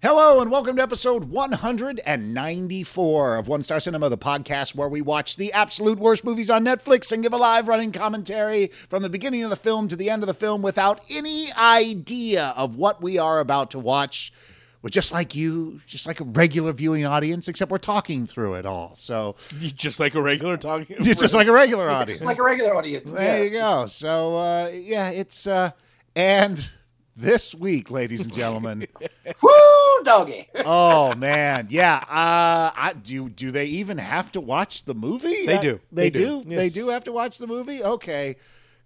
Hello and welcome to episode 194 of One Star Cinema, the podcast where we watch the absolute worst movies on Netflix and give a live running commentary from the beginning of the film to the end of the film without any idea of what we are about to watch. We're just like you, just like a regular viewing audience, except we're talking through it all. So Just like a regular talking. it's just like a regular audience. It's like a regular audience. There yeah. you go. So uh, yeah, it's uh, and this week, ladies and gentlemen. Woo, doggy. Uh, oh man, yeah. Uh, I, do do they even have to watch the movie? They Uh, do. They, They do. do. They Yes. do have to watch the movie. Okay,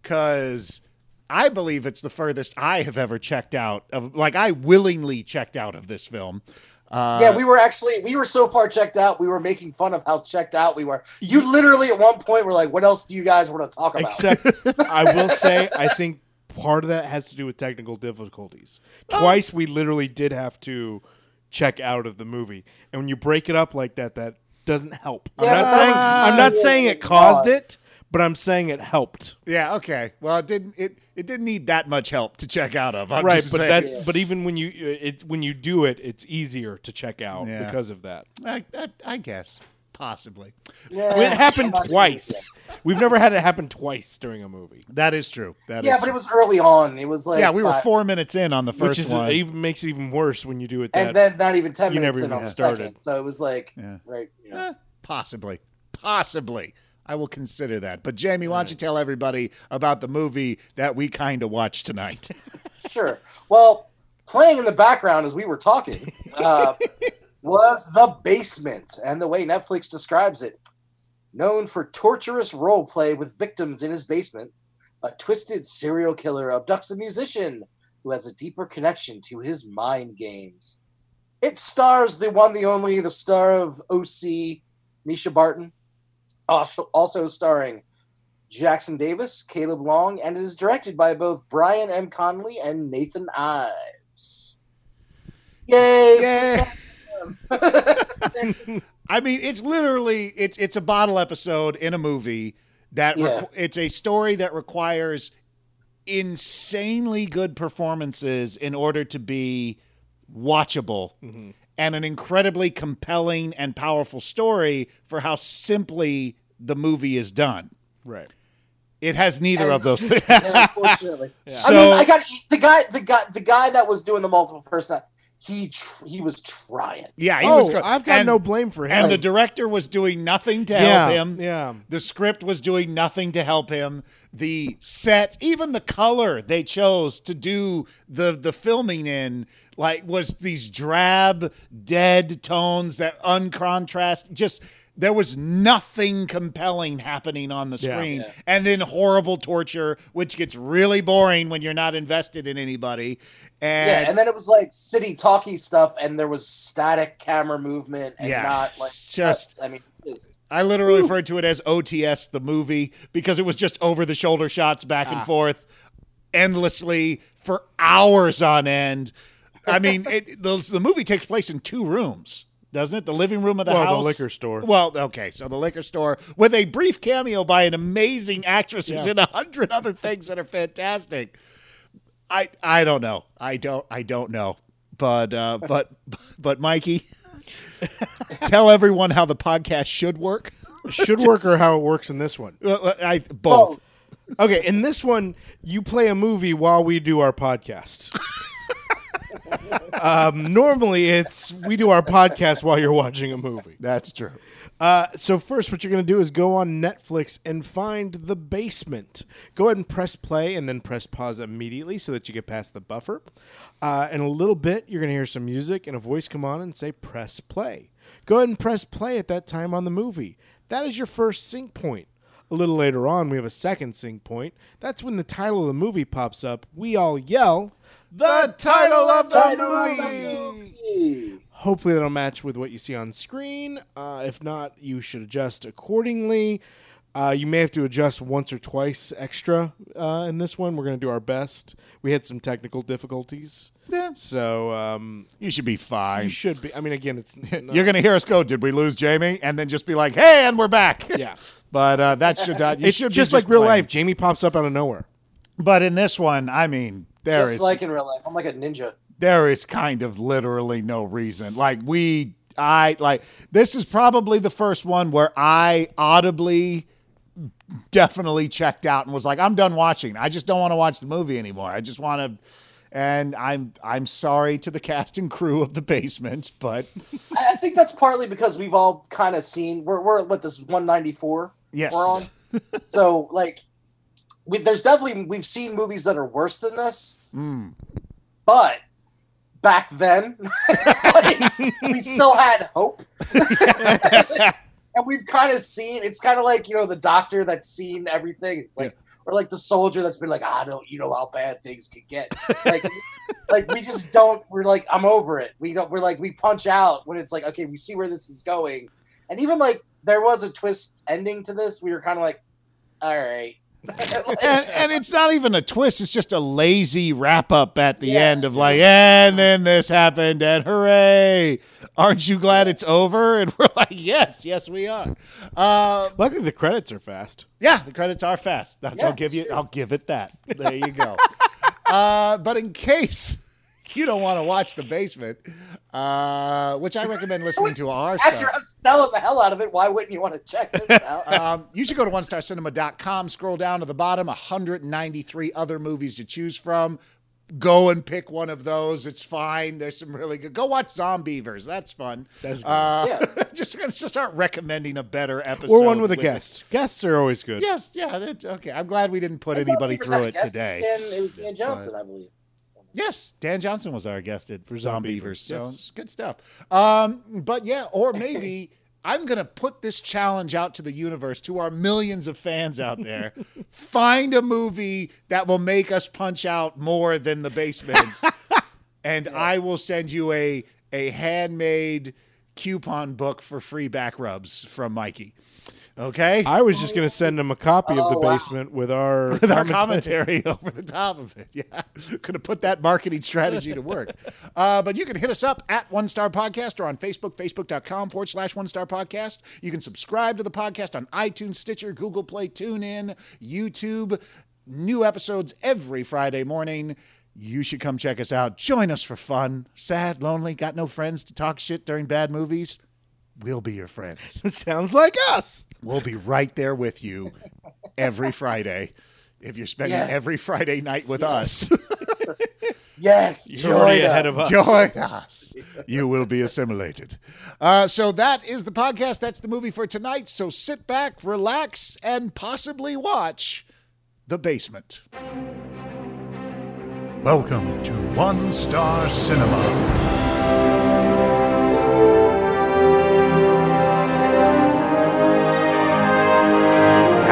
because. I believe it's the furthest I have ever checked out of, like, I willingly checked out of this film. Uh, yeah, we were actually we were so far checked out. We were making fun of how checked out we were. You literally at one point were like, "What else do you guys want to talk about?" Except, I will say, I think part of that has to do with technical difficulties. Twice we literally did have to check out of the movie, and when you break it up like that, that doesn't help. I'm not Yeah. saying I'm not Yeah. saying it caused it, but I'm saying it helped. yeah, okay. Well, it didn't it it didn't need that much help to check out of. I'm right, just but saying. that's but even when you it's when you do it, it's easier to check out Yeah. because of that. I, I, I guess possibly. yeah. It happened I'm not- twice. We've never had it happen twice during a movie. That is true. That is Yeah, but true. it was early on. It was like uh, yeah, we were five- four minutes in on the first Which is one. it even makes it even worse when you do it that and then not even ten you minutes never in even on the started. second. So it was like Yeah. right. You know. Eh, possibly, possibly. I will consider that. But Jamie, why don't you tell everybody about the movie that we kind of watched tonight? Sure. Well, playing in the background as we were talking uh, was The Basement, and the way Netflix describes it. Known for torturous role play with victims in his basement, a twisted serial killer abducts a musician who has a deeper connection to his mind games. It stars the one, the only, the star of OC, Misha Barton, also, also starring Jackson Davis, Caleb Long, and it is directed by both Brian M. Connolly and Nathan Ives. Yay! yeah. I mean, it's literally it's it's a bottle episode in a movie that Yeah. requ- it's a story that requires insanely good performances in order to be watchable Mhm. and an incredibly compelling and powerful story for how simply the movie is done. right. It has neither And- of those things. Unfortunately, I So- mean, I got the guy, the guy, the guy that was doing the multiple person. He tr- he was trying. Yeah, he oh, was. good. I've got and, no blame for him. And the director was doing nothing to yeah, help him. Yeah. The script was doing nothing to help him. The set, even the color they chose to do the the filming in, like was these drab, dead tones that uncontrast. Just there was nothing compelling happening on the Yeah. screen, Yeah. and then horrible torture, which gets really boring when you're not invested in anybody. Yeah, And and then it was like city talkie stuff, and there was static camera movement, and Yeah, not like it's just- cuts. I mean, it's, I literally referred to it as OTS the movie because it was just over the shoulder shots back Ah. and forth endlessly for hours on end. I mean, it, the, the movie takes place in two rooms, doesn't it? The living room of the well, house. the liquor store. Well, okay, so the liquor store with a brief cameo by an amazing actress who's Yeah. in a hundred other things that are fantastic. I I don't know. I don't I don't know. But uh, but but Mikey, tell everyone how the podcast should work. Should work or how it works in this one. Uh, uh, I both. Okay, in this one, you play a movie while we do our podcast. um, normally, it's we do our podcast while you're watching a movie. That's true. Uh, so first, what you're going to do is go on Netflix and find The Basement. Go ahead and press play, and then press pause immediately so that you get past the buffer. Uh, in a little bit, you're going to hear some music and a voice come on and say "press play." Go ahead and press play at that time on the movie. That is your first sync point. A little later on, we have a second sync point. That's when the title of the movie pops up. We all yell, "The title of the Title of the movie!" movie. Hopefully that'll match with what you see on screen. Uh, if not, you should adjust accordingly. Uh, you may have to adjust once or twice extra uh, in this one. We're going to do our best. We had some technical difficulties, Yeah. so um, You should be you fine. should be. I mean, again, it's not, You're gonna hear us go. Did we lose Jamie? And then just be like, "Hey, and we're back." yeah. But uh, that should not. You It's should just, be like real playing. life. Jamie pops up out of nowhere. But in this one, I mean, there is Just like in real life, I'm like a ninja. there is kind of literally no reason. Like we I like this is probably the first one where I audibly definitely checked out and was like I'm done watching. I just don't want to watch the movie anymore. I just want to and I'm I'm sorry to the cast and crew of the basement, but I I think that's partly because we've all kind of seen we're we're at what this 194 yes. we're on. so like, we, there's definitely we've seen movies that are worse than this, Mm. but back then, like, we still had hope. and we've kind of seen it's kind of like you know the doctor that's seen everything. It's like or like the soldier that's been like, I don't, you know how bad things could get. Like, like we just don't. We're like, I'm over it. We don't. We're like, we punch out when it's like, okay, we see where this is going. And even like there was a twist ending to this. We were kind of like, all right. Like, and, and it's not even a twist. It's just a lazy wrap up at the Yeah. end of like, and then this happened, and hooray! Aren't you glad it's over? And we're like, yes, yes, we are. Uh, Luckily, the credits are fast. yeah, the credits are fast. That's I'll Yeah, give you. sure. I'll give it that. There you go. uh, but in case you don't want to watch the basement, uh, which I recommend listening to our stuff. after us selling the hell out of it, why wouldn't you want to check this out? um, you should go to onestarcinema.com, scroll down to the bottom, 193 other movies to choose from. Go and pick one of those. It's fine. There's some really good. Go watch Zombievers. That's fun. That's good. Uh, Yeah. just gonna start recommending a better episode or one with a guest. Guests are always good. Yes, yeah. that- okay, I'm glad we didn't put It's anybody not through 100% it guessed. today. It was Dan, it was Dan Johnson, I believe. Yes, Dan Johnson was our guest at for Zombievers, Zombievers, so yes. it's good stuff. Um, but yeah, or maybe I'm gonna put this challenge out to the universe, to our millions of fans out there. Find a movie that will make us punch out more than the basement, and I will send you a a handmade coupon book for free back rubs from Mikey. Okay, I was just going to send them a copy of The Oh, wow. Basement with our with our commentary. commentary over the top of it. Yeah. Could have put that marketing strategy to work. Uh, but you can hit us up at One Star Podcast or on Facebook, facebook.com forward slash One Star Podcast. You can subscribe to the podcast on iTunes, Stitcher, Google Play, TuneIn, YouTube. New episodes every Friday morning. You should come check us out. Join us for fun. Sad, lonely, got no friends to talk shit during bad movies. We'll be your friends. Sounds like us. We'll be right there with you every Friday. If you're spending Yes. every Friday night with us, Yes, You're already join ahead us. of us. join us. You will be assimilated. Uh, so that is the podcast. That's the movie for tonight. So sit back, relax, and possibly watch The Basement. Welcome to One Star Cinema.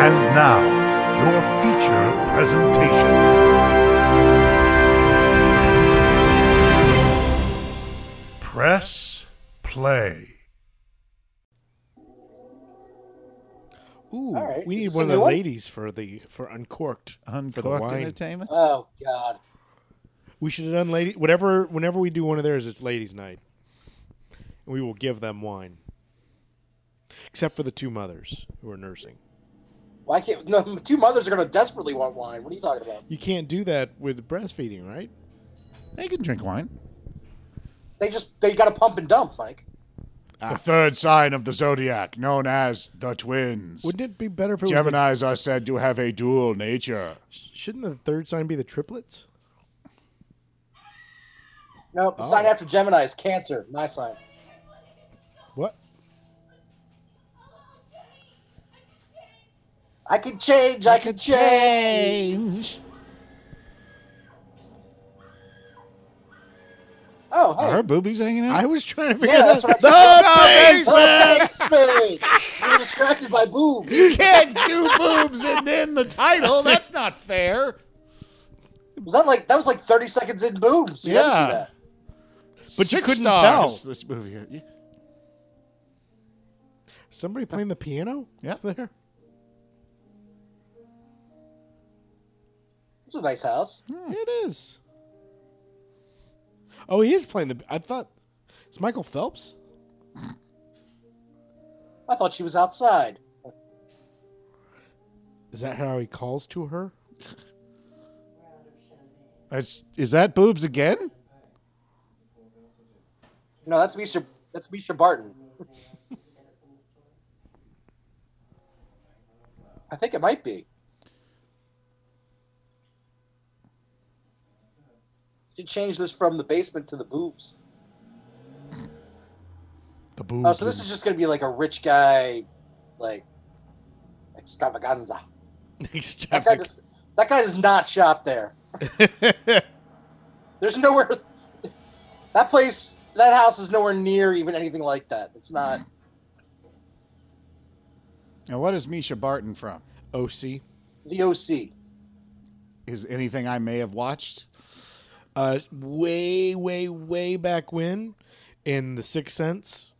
And now, your feature presentation. Press play. Ooh, All right. we Is need this one of a the new one? ladies for the for uncorked for the Uncorked wine. Entertainment. Oh God. We should have done lady whatever. Whenever we do one of theirs, it's ladies' night, and we will give them wine. Except for the two mothers who are nursing. Why can't no two mothers are gonna desperately want wine? What are you talking about? You can't do that with breastfeeding, right? They can drink wine. They just they gotta pump and dump, Mike. The third sign of the zodiac, known as the twins. Wouldn't it be better if it was? Geminis are said to have a dual nature. The, shouldn't the third sign be the triplets? No, the Oh. sign after Gemini is Cancer. My sign. What? I can change. I can change. Oh, hey. Are her boobies hanging out? I was trying to figure Yeah, out that's what The I'm saying. Space. You're distracted by boobs. You can't do boobs and then the title. That's not fair. Was that like that was like 30 seconds in boobs? You yeah. Yeah. see that? But you couldn't tell. this movie. uh, somebody playing the piano. Yeah. there. It's a nice house. Hmm. It is. Oh, he is playing the. I thought it's Michael Phelps. I thought she was outside. Is that how he calls to her? It's, is that boobs again? No, that's Misha. That's Misha Barton. I think it might be. Should change this from the basement to the boobs. The boobs. Oh, so this is just gonna be like a rich guy, like extravaganza. That guy does, that guy does not shop there. There's nowhere. That place, that house is nowhere near even anything like that. It's not. Now, what is Misha Barton from? OC. the OC. Is anything I may have watched? Uh, way, way, way back when, in The Sixth Sense,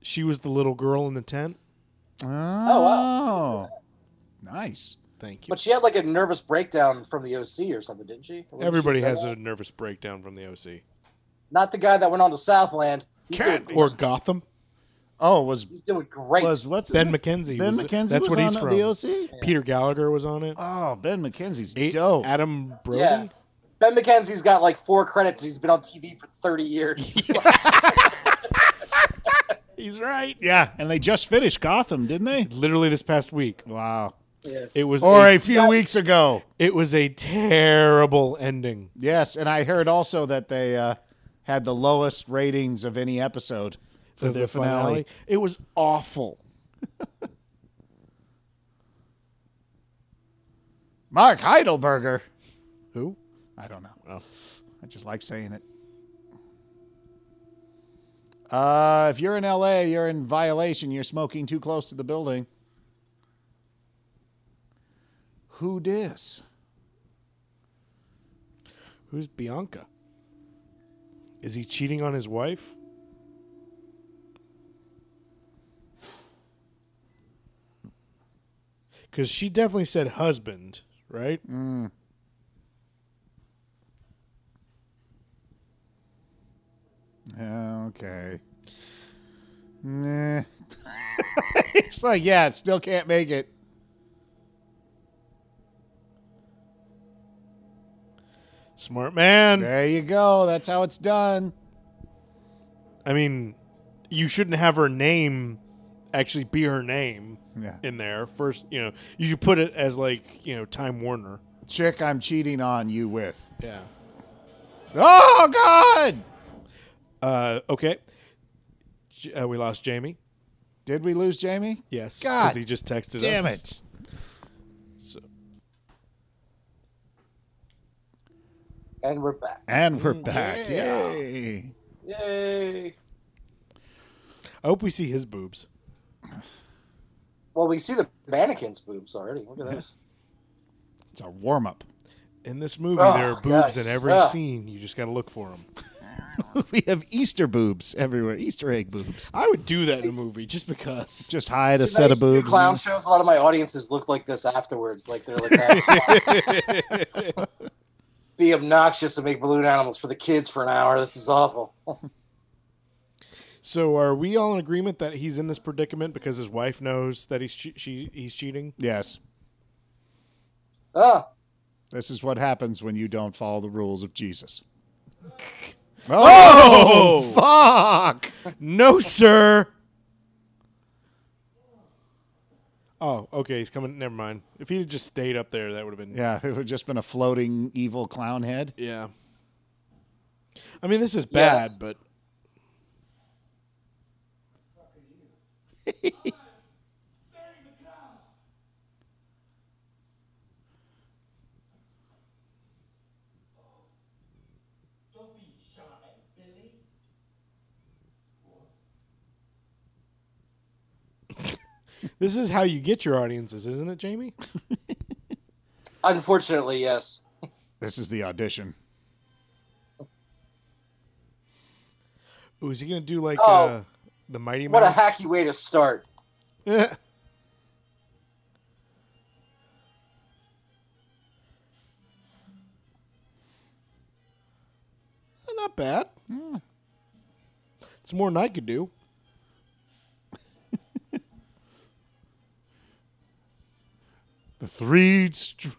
she was the little girl in the tent. Oh, wow. nice. Thank you. But she had like a nervous breakdown from the OC or something, didn't she? Wasn't she Everybody has a that? nervous breakdown from the OC Not the guy that went on to Southland. He's doing, Candies. or Gotham. Oh, was he's doing great. was what's his Ben name? McKenzie. Ben was- McKenzie. That's was what he's on from. The OC. Peter Gallagher was on it. Oh, Ben McKenzie's A- dope. Adam Brody. yeah. Ben McKenzie's got like four credits. He's been on TV for 30 years. He's right. yeah, and they just finished Gotham, didn't they? Literally this past week, Wow. Yeah. it was Or a, a few weeks ago. it was a terrible ending. Yes, and I heard also that they uh, had the lowest ratings of any episode for of their finale. It was awful. Mark Heidelberger. Who? I don't know. Oh. I just like saying it. Uh, if you're in LA, you're in violation. You're smoking too close to the building. Who dis? Who's Bianca? Is he cheating on his wife? Because she definitely said husband, right? Mm. Okay. Nah. it's like, yeah, it still can't make it. Smart man. There you go. That's how it's done. I mean, you shouldn't have her name actually be her name Yeah. in there. First, you know, you should put it as like, you know, Time Warner. Chick, I'm cheating on you with. Yeah. Oh, God. Uh, okay. J- Uh, we lost Jamie. Did we lose Jamie? Yes. God he just texted Damn us. it. So- and we're back. And we're back. Yeah. Yay. Yay. I hope we see his boobs. Well, we see the mannequin's boobs already. Look at this. It's a warm up. In this movie, Oh, there are boobs yes. in every Ah. scene. You just got to look for them. we have Easter boobs everywhere, Easter egg boobs. I would do that in a movie just because. Just hide a See, now set you of see the boobs. Clown shows. A lot of my audiences look like this afterwards. Like they're like, "Ah, be obnoxious and make balloon animals for the kids for an hour. This is awful. So, are we all in agreement that he's in this predicament because his wife knows that he's che- she he's cheating? Yes. Oh, This is what happens when you don't follow the rules of Jesus. Oh, Fuck! no, sir. Oh, okay. He's coming. Never mind. If he had just stayed up there, that would have been. Yeah, it would have just been a floating evil clown head. Yeah. I mean, this is Yeah, bad, that's- but this is how you get your audiences, isn't it, Jamie? unfortunately, yes. This is the audition. Ooh, is he gonna do like Oh. uh, the Mighty What a Mouse? hacky way to start. hack! Not bad. It's more than I could do. The three, str-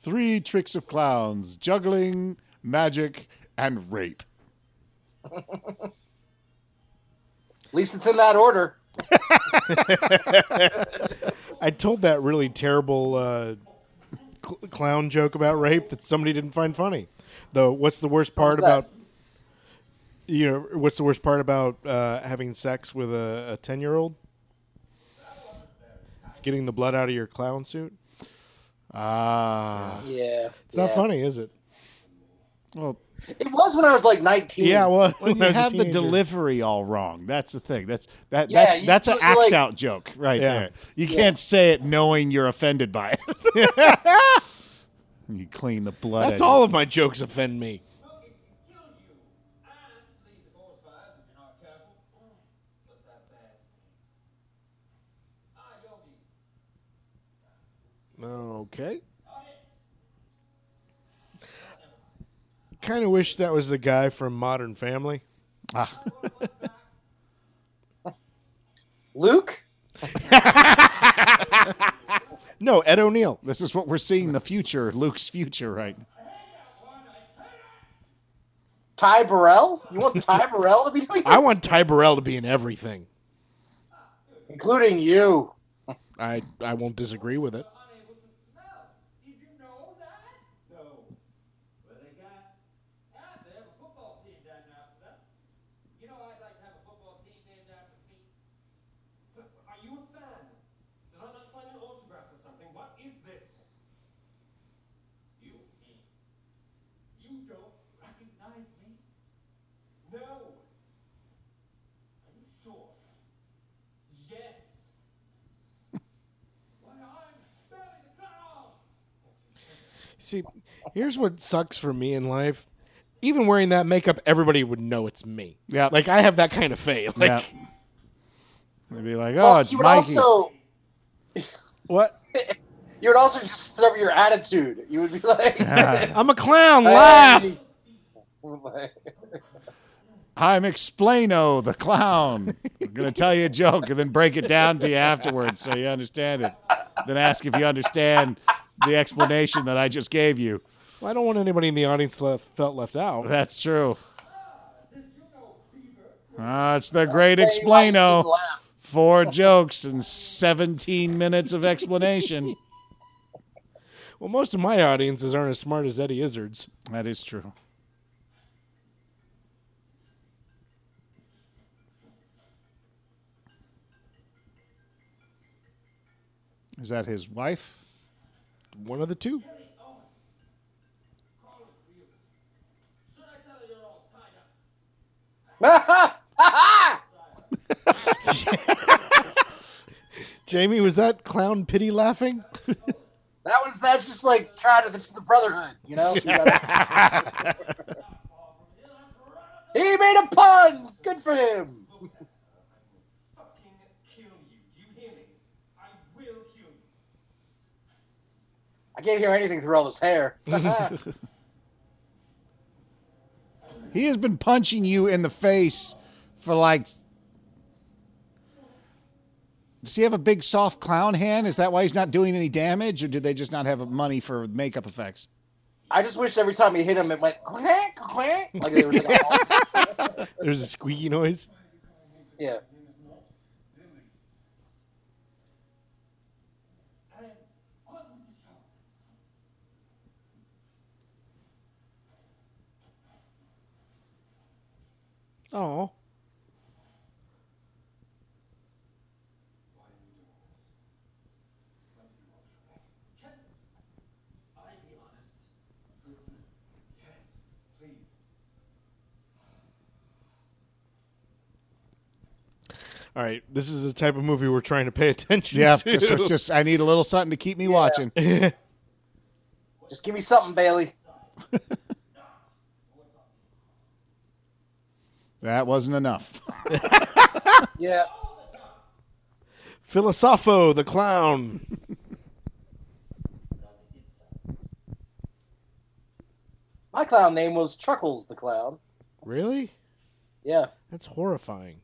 three tricks of clowns: juggling, magic, and rape. least it's in that order. I told that really terrible uh, cl- clown joke about rape that somebody didn't find funny. Though, what's the worst part was that? about you know what's the worst part about uh, having sex with a ten year old? It's getting the blood out of your clown suit. Ah, Yeah. It's not funny, is it? well, It was when I was like 19. Yeah, well, Well, when I you was a had the teenager. delivery all wrong. That's the thing. That's that. Yeah, that's you- that's an you're act like- out joke right Yeah. there. You can't say it knowing you're offended by it. you clean the blood. That's out all of my jokes offend me. Ah, Okay. Kind of wish that was the guy from Modern Family. Luke? No, Ed O'Neill. This is what we're seeing the future, Luke's future, right? Ty Burrell? You want Ty Burrell to be doing I this? want Ty Burrell to be in everything. Including you. I I won't disagree with it. unable to smell. Did you know that? No. Well, they got. Ah, they have a football team down there for that. You know, I'd like to have a football team named after me. But are you a fan? Did I not sign an autograph or something? What is this? You. You don't recognize me? No. Are you sure? Yes. Why, I'm Billy the Clown! See, here's what sucks for me in life. Even wearing that makeup, everybody would know it's me. Yeah. Like I have that kind of face. Like yeah. They'd be like, oh, Well, it's you would Mikey. also what? you would also just throw your attitude. You would be like, I'm a clown. Laugh. I'm Explaino the clown. I'm gonna tell you a joke and then break it down to you afterwards so you understand it. Then ask if you understand the explanation that I just gave you. Well, I don't want anybody in the audience left felt left out. That's true. Ah, it's the great Explaino. Explaino. Four jokes and 17 minutes of explanation. Well, most of my audiences aren't as smart as Eddie Izzard's. That is true. Is that his wife? One of the two. Should I tell her you're all tied up? Jamie, was that clown pity laughing? That was that's just like trying to. This is the Brotherhood, you know. You gotta- he made a pun. Good for him. Fucking kill you. Do you hear me? I will kill you. I can't hear anything through all this hair. He has been punching you in the face for like. Does he have a big soft clown hand? Is that why he's not doing any damage, or did they just not have money for makeup effects? I just wish every time he hit him, it went quack quack. Like there was like a, There's a squeaky noise. yeah. And on with the show. Oh. I be honest. Yes, please. All right, this is the type of movie we're trying to pay attention Yeah, to. because it's just I need a little something to keep me watching. Just give me something, Bailey. That wasn't enough. Yeah. Philosopho the clown. My clown name was Chuckles the Clown. Really? Yeah. That's horrifying.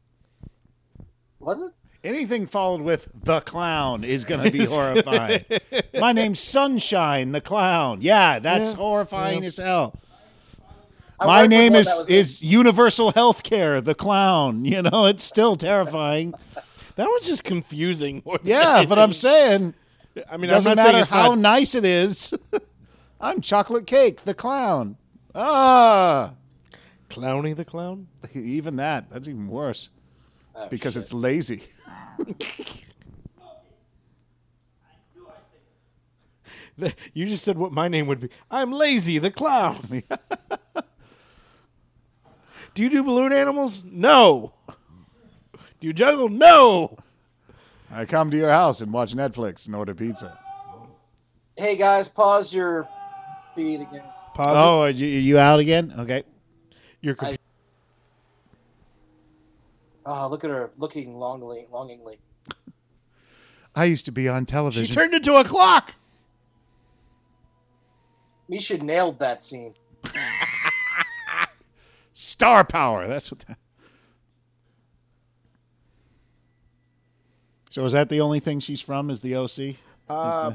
Was it? Anything followed with the clown is going to be horrifying. My name's Sunshine the Clown. Yeah, that's Yeah, horrifying yeah. as hell. I My worked with name one is that was- is Universal Healthcare, the clown. You know, it's still terrifying. That was just confusing. more than Yeah, but I'm anything. saying I mean, it doesn't I'm not saying matter it's how not- nice it is. I'm chocolate cake, the clown. Ah, Clowny the clown. even that. That's even worse Oh, because shit. it's lazy. The- You just said what my name would be. I'm lazy the clown. do you do balloon animals? No. Do you juggle? No. I come to your house and watch Netflix and order pizza. Hey guys, pause your feed again. Pause. it. Oh, are you, you out again? Okay. You're com- I- Oh, look at her looking longingly, longingly. I used to be on she television. turned into a clock. Misha nailed that scene. Star power. That's what. That... So is that the only thing she's from? Is the OC? Uh,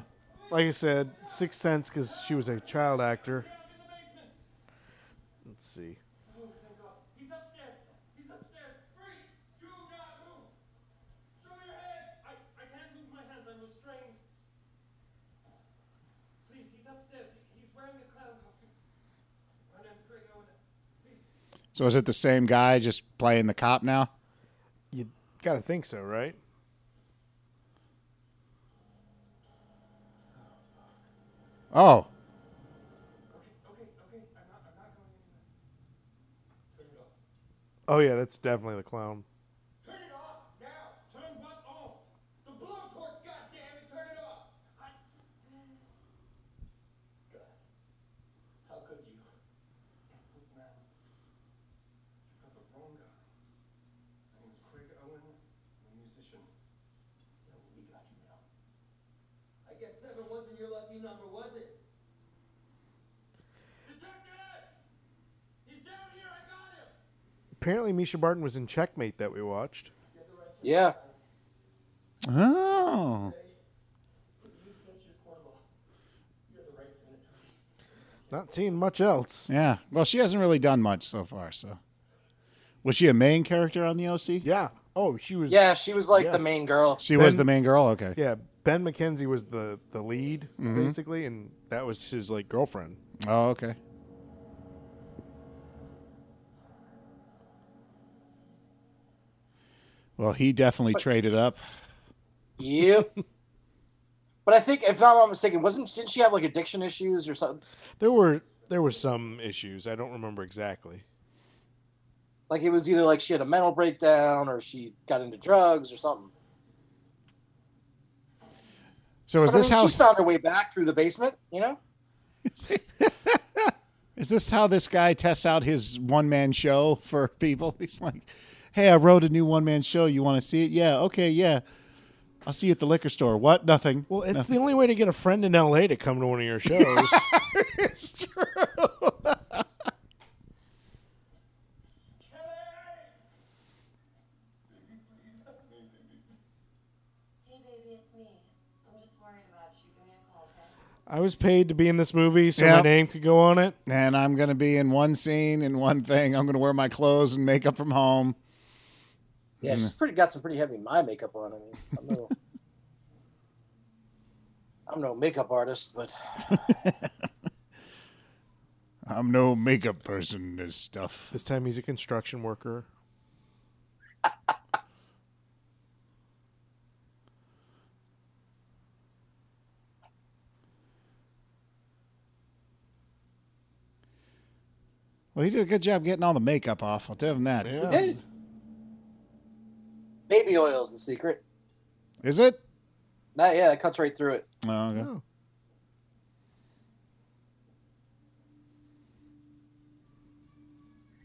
like I said, Sixth Sense because she was a child actor. Let's see. Oh, thank God. He's upstairs. He's upstairs. Freeze! Do not move. Show your hands. I, I can't move my hands. I'm restrained. Please, he's upstairs. He- He's wearing the clown costume. My name's Greg Owen. Please. So is it the same guy just playing the cop now? You gotta think so, right? Oh, Okay, okay, okay. I'm not, I'm not going anywhere. Turn it off. Oh yeah, that's definitely the clown. Turn it off now. Turn what off? The blowtorch, goddammit. Turn it off. I... God. How could you? Look now. You've got the wrong guy. My name's Craig Owen. I'm a musician. No, we got you now. I guess seven wasn't your lucky number, was it? Detective! He's down here. I got him. Apparently, Misha Barton was in Checkmate that we watched. Yeah. oh, Use against your court law. You're the right to an attorney. Not seeing much else. yeah. Well, she hasn't really done much so far. So, was she a main character on the OC? Yeah. Oh, she was. Yeah, she was like Yeah. the main girl. She was Then- the main girl. Okay. Yeah. Ben McKenzie was the the lead Mm-hmm. basically, and that was his like girlfriend. Oh, okay. Well, he definitely traded up. Yep. but I think, if not I'm mistaken, wasn't didn't she have like addiction issues or something? There were there were some issues. I don't remember exactly. Like it was either like she had a mental breakdown or she got into drugs or something. So is But I this mean, how she's found her way back through the basement? You know, Is this how this guy tests out his one man show for people? He's like, "Hey, I wrote a new one man show. You want to see it? Yeah, okay, yeah. I'll see you at the liquor store. What? Nothing. Well, it's the only way to get a friend in L.A. to come to one of your shows. it's true. Hey, baby, it's me. I'm just worried about you. Give me a call, okay? I was paid to be in this movie, so Yeah. my name could go on it. And I'm gonna be in one scene in one thing. I'm gonna wear my clothes and makeup from home. yeah, she's pretty got some pretty heavy my makeup on. I mean, I'm no, I'm no makeup artist, but I'm no makeup person. This stuff. This time he's a construction worker. Well, he did a good job getting all the makeup off. I'll tell him that. Is Hey. baby oil is the secret. it? That yeah, that cuts right through it. Oh, okay. Oh.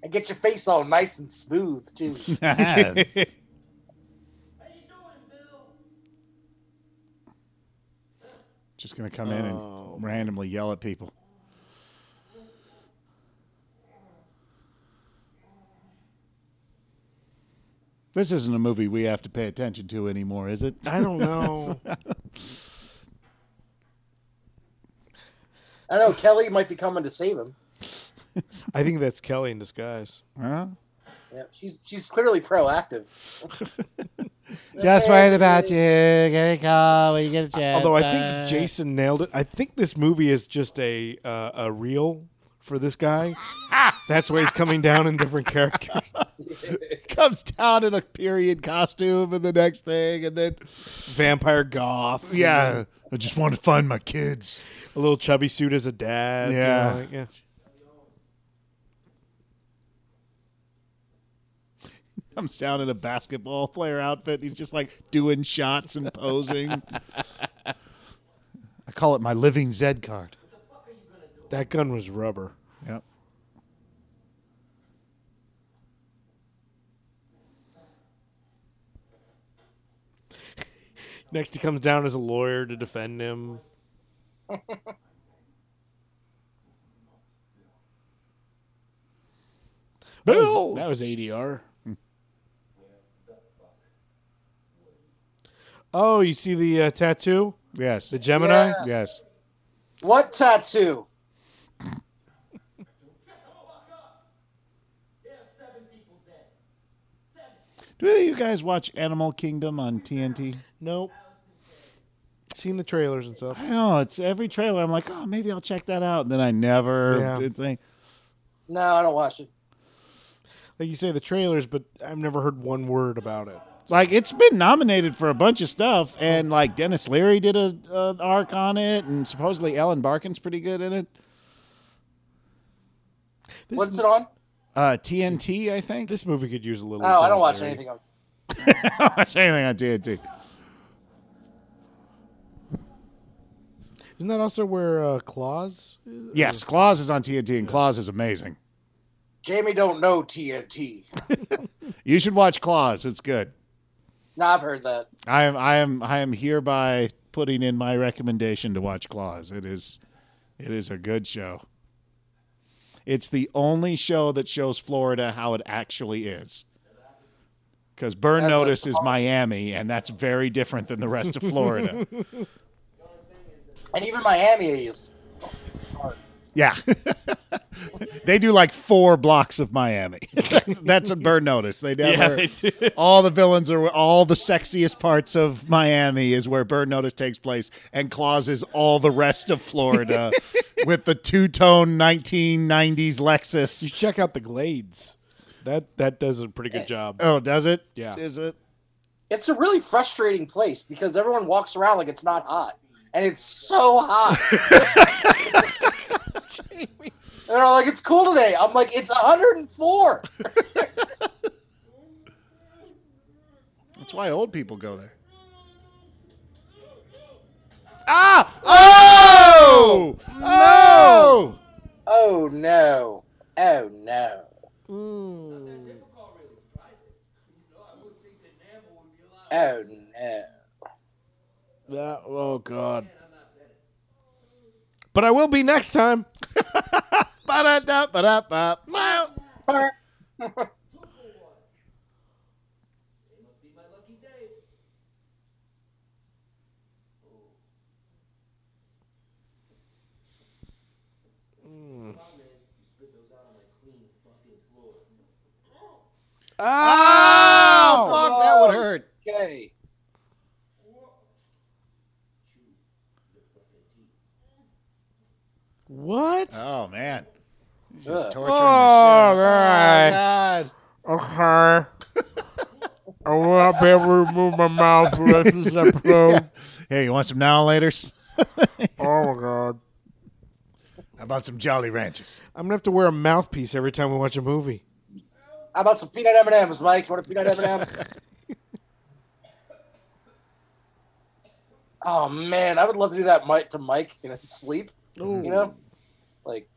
and get your face all nice and smooth too. Oh, How you doing, Bill? Just gonna come in and randomly yell at people. This isn't a movie we have to pay attention to anymore, is it? I don't know. I know Kelly might be coming to save him. I think that's Kelly in disguise. Huh? Yeah, she's she's clearly proactive. Just worried about you. Get a call when you get a chance. uh. Although I think Jason nailed it. I think this movie is just a uh, a reel for this guy. That's why he's coming down in different characters. comes down in a period costume and the next thing, and then Vampire goth. yeah, I just want to find my kids. A little chubby suit as a dad. you Yeah. know, like, yeah. comes down in a basketball player outfit. He's just like doing shots and posing. I call it my living Zed card. That gun was rubber. Yep. Next, he comes down as a lawyer to defend him. That was- Bill! That was ADR. Oh, you see the uh, tattoo? Yes. The Gemini? Yeah. Yes. What tattoo? Do any of you guys watch Animal Kingdom on TNT? Nope. Seen the trailers and stuff. I know Oh, it's every trailer. I'm like, oh, maybe I'll check that out. And then I never Yeah. did think. No, I don't watch it. Like you say, the trailers, but I've never heard one word about it. Like it's been nominated for a bunch of stuff, and like Dennis Leary did a an arc on it, and supposedly Ellen Barkin's pretty good in it. This, What's it on? Uh, TNT, I think. This movie could use a little. Oh, I don't Dennis watch Leary. anything on. I don't watch anything on TNT. Isn't that also where uh, Claws? is? Yes, Mm. Claus is on TNT, and Claus is amazing. Jamie don't know TNT. You should watch Claus; it's good. No, I've heard that. I am, I am, I am hereby putting in my recommendation to watch Claus. It is, it is a good show. It's the only show that shows Florida how it actually is. Because Burn That's a- Notice is Miami, and that's very different than the rest of Florida. And even Miami is. yeah. they do like four blocks of Miami. that's, that's a Burn Notice. They never. do. all the villains are all the sexiest parts of Miami is where Burn Notice takes place, and Claus is all the rest of Florida with the two tone 1990s You Lexus. check out the Glades. That that does a pretty good job. Oh, does it? Yeah. Is it? It's a really frustrating place because everyone walks around like it's not hot, and it's so hot. They're all like, "It's cool today." I'm like, "It's 104." That's why old people go there. Ah! Oh! Oh! Oh no! Oh no! Difficult really, surprising. You know, I wouldn't think that Nambo would be alive. Oh no! That, oh God. But I will be next time. Ba-da-da-ba-da-ba. Burr. It must be my lucky day. Oh. Problem is, you spit those out on my clean fucking floor. Oh, fuck, that would hurt. Okay. What? Oh, man. Ugh. Torturing the shit out of- Oh, right. God. Okay. I will not be able to remove my mouth for this episode. Hey, you want some now laters? Oh my god. How about some Jolly Ranchers? I'm gonna have to wear a mouthpiece every time we watch a movie. How about some peanut M and M's, Mike? You want a peanut M and M? Oh man, I would love to do that, Mike, to Mike in his sleep. You know, like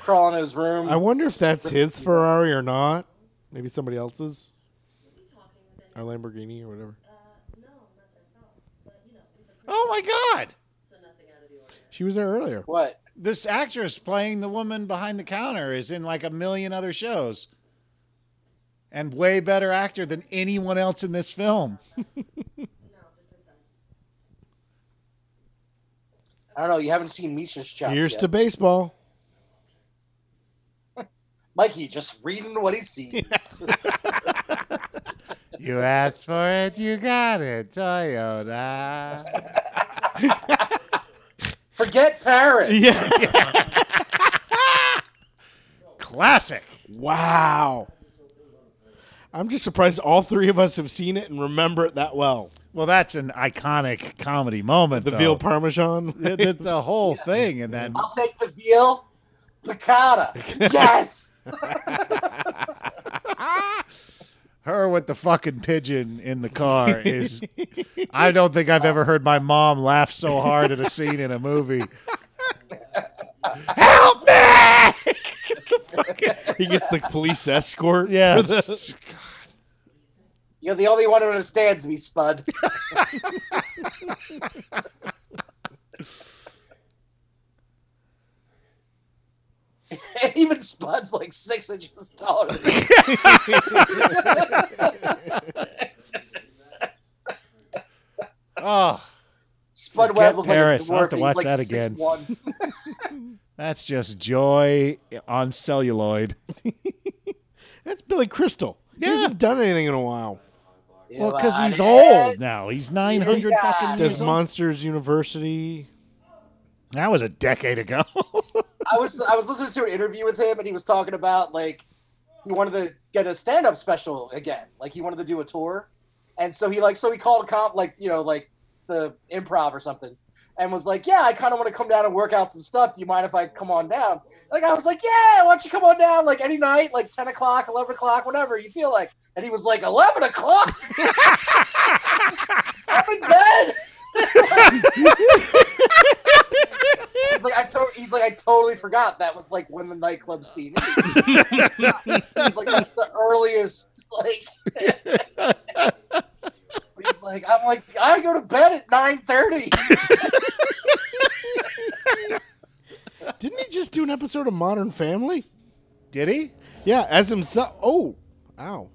crawl in his room. I wonder if that's his Ferrari or not. Maybe somebody else's. Was he talking with any? Our Lamborghini or whatever. Uh, no, not that I saw. But you know, we've been pretty Oh my God! so nothing out of the ordinary. She was there earlier. what? This actress playing the woman behind the counter is in like a million other shows, and way better actor than anyone else in this film. No, just inside. I don't know. You haven't seen Misha's chops Here's yet. to baseball. Mikey just reading what he sees. You asked for it, you got it, Toyota. Forget Paris. Yeah. Classic. Wow. I'm just surprised all three of us have seen it and remember it that well. Well, that's an iconic comedy moment. The though. veal parmesan. the, the, the whole thing, and then I'll take the veal piccata. Yes. her with the fucking pigeon in the car is. I don't think I've ever heard my mom laugh so hard at a scene in a movie. Help me! he gets the police escort. for the- Yes. You're the only one who understands me, Spud. and even Spud's like six inches taller. Than me. Oh, Spud Forget Webb looked like a Paris. dwarf. I'll have to and he's watch like that again. 6'1". that's just joy on celluloid. That's Billy Crystal. He Yeah. hasn't done anything in a while. Well, because he's Yeah. old now. He's 900 Yeah. fucking Does years old. Monsters University. That was a decade ago. I was I was listening to an interview with him, and he was talking about like he wanted to get a stand up special again. Like he wanted to do a tour, and so he like so he called a comp like you know like the improv or something, and was like, yeah, I kind of want to come down and work out some stuff. Do you mind if I come on down? Like I was like, yeah, why don't you come on down like any night, like ten o'clock, eleven o'clock, whatever you feel like. And he was like, eleven o'clock. I'm in bed. he's like, I to- he's like, I totally forgot that was like when the nightclub scene. is." he's like, that's the earliest. Like, he's like, I'm like, I go to bed at nine thirty. Didn't he just do an episode of Modern Family? Did he? Yeah, as himself. Oh, ow.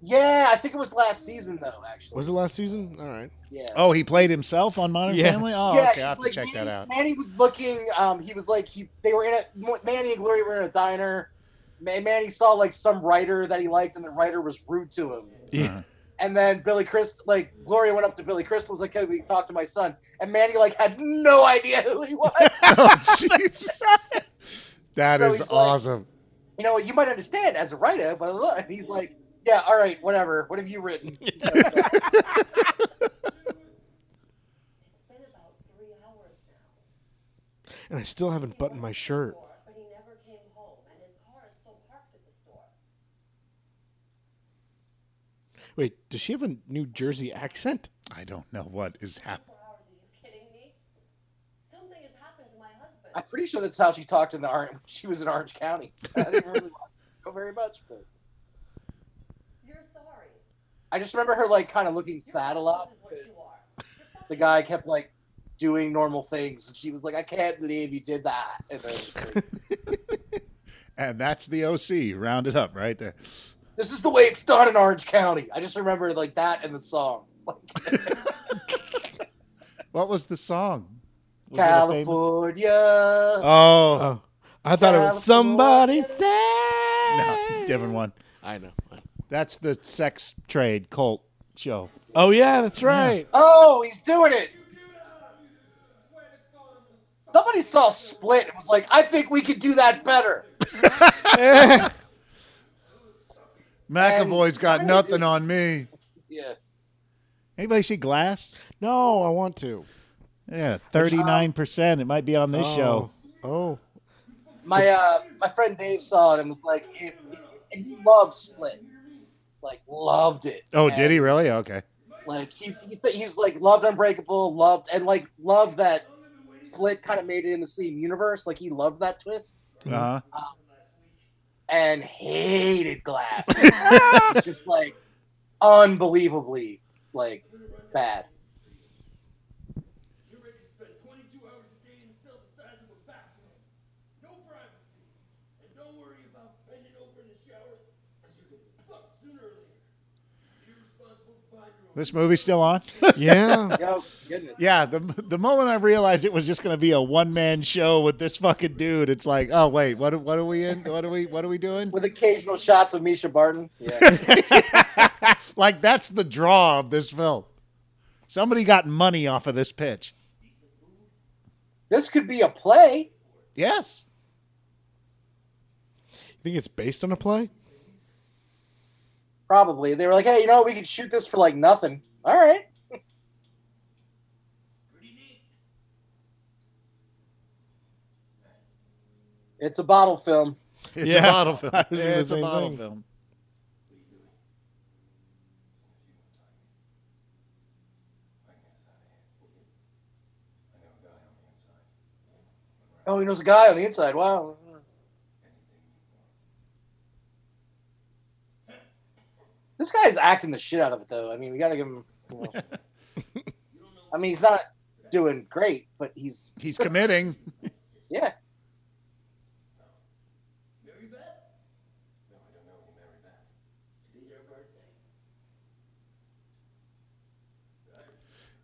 Yeah, I think it was last season though. Actually, Was it last season? All right. yeah. Oh, he played himself on Modern Yeah. Family? Oh, yeah, okay. I'll have to like, check that Manny- out. Manny was looking. Um, he was like he. They were in a Manny and Gloria were in a diner. Ma- Manny saw like some writer that he liked, and the writer was rude to him. Yeah. And then Billy Chris, like Gloria, went up to Billy Crystal, was like, "Can we talk to my son?" And Manny like had no idea who he was. oh, Jesus. That So is he's like- awesome. you know, you might understand as a writer, but look, and he's like, "Yeah, all right, whatever. What have you written?" It's been about three hours now. And I still haven't buttoned my shirt. But he never came home, and his car is still parked at the store. Wait, does she have a New Jersey accent? I don't know what is happening. Four hours? Are you kidding me? Something has happened to my husband. I'm pretty sure that's how she talked in the orange. She was in Orange County. I didn't really watch her very much, but You're sorry. I just remember her like kind of looking sad a lot. This is what you are. The guy kept like doing normal things, and she was like, "I can't believe you did that." And then it was like, And that's the OC rounded up right there. this is the way it's done in Orange County. I just remember like that and the song. What was the song? Was it a famous- California. Oh, Oh, I thought it was somebody California. said. no. Oh, Different one. I know. That's the sex trade cult show. Oh yeah, that's right. Oh, he's doing it. Somebody saw Split and was like, I think we could do that better. McAvoy's got nothing on me. Yeah. Anybody see Glass? No, I want to. Yeah, 39%. It might be on this oh. show. Oh. My uh my friend Dave saw it and was like it, and he loved Split. Like loved it. Oh, And, did he really? Okay. Like he he, th- he was like loved Unbreakable, loved and like loved that Split kind of made it in the same universe. Like he loved that twist. Uh-huh. and hated glass. It's just like unbelievably like bad. You're ready to spend 22 hours a day in a cell the size of a bathroom. No privacy. And don't worry about bending over in the shower, because you're going to fuck sooner or later. You're responsible for This movie's still on? Yeah. Oh, goodness. yeah, the the moment I realized it was just going to be a one-man show with this fucking dude, it's like, "Oh, wait, what what are we in? What are we what are we doing?" With occasional shots of Misha Barton. Yeah. Like that's the draw of this film. Somebody got money off of this pitch. this could be a play. Yes. You think it's based on a play? Probably. They were like, hey, you know what? We could shoot this for like nothing. All right. It's a bottle film. It's Yeah, a bottle film. I was thinking the It's a same bottle thing. film. Oh, he knows a guy on the inside. Wow. This guy's acting the shit out of it, though. I mean, we got to give him. You know. I mean, he's not doing great, but he's He's committing. yeah.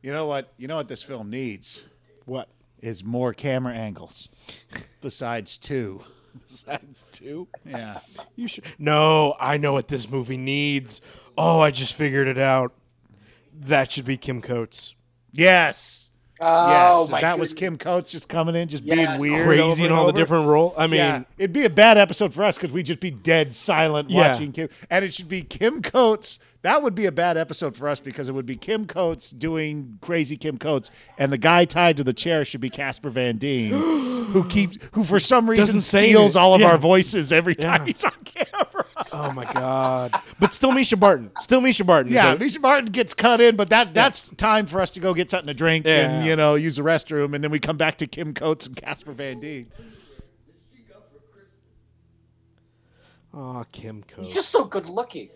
You know what? You know what this film needs What? is more camera angles besides two. Besides two? Yeah. You should. No, I know what this movie needs. Oh, I just figured it out. That should be Kim Coates. Yes. Oh yes. my If that was Kim Coates just coming in, just being Yes. weird, over Crazy in all the over. different roles. I mean, yeah, it'd be a bad episode for us because we'd just be dead silent Yeah. watching Kim. And it should be Kim Coates. That would be a bad episode for us because it would be Kim Coates doing crazy Kim Coates, and the guy tied to the chair should be Casper Van Dien, who keeps, who for some reason Doesn't say steals it. all of Yeah. our voices every time Yeah. he's on camera. oh my God. But still Misha Barton. Still Misha Barton. Yeah, So- Misha Martin gets cut in, but that that's time for us to go get something to drink Yeah. and you know use the restroom, and then we come back to Kim Coates and Casper Van Dien. Aw, Kim He's Coates. just so good looking.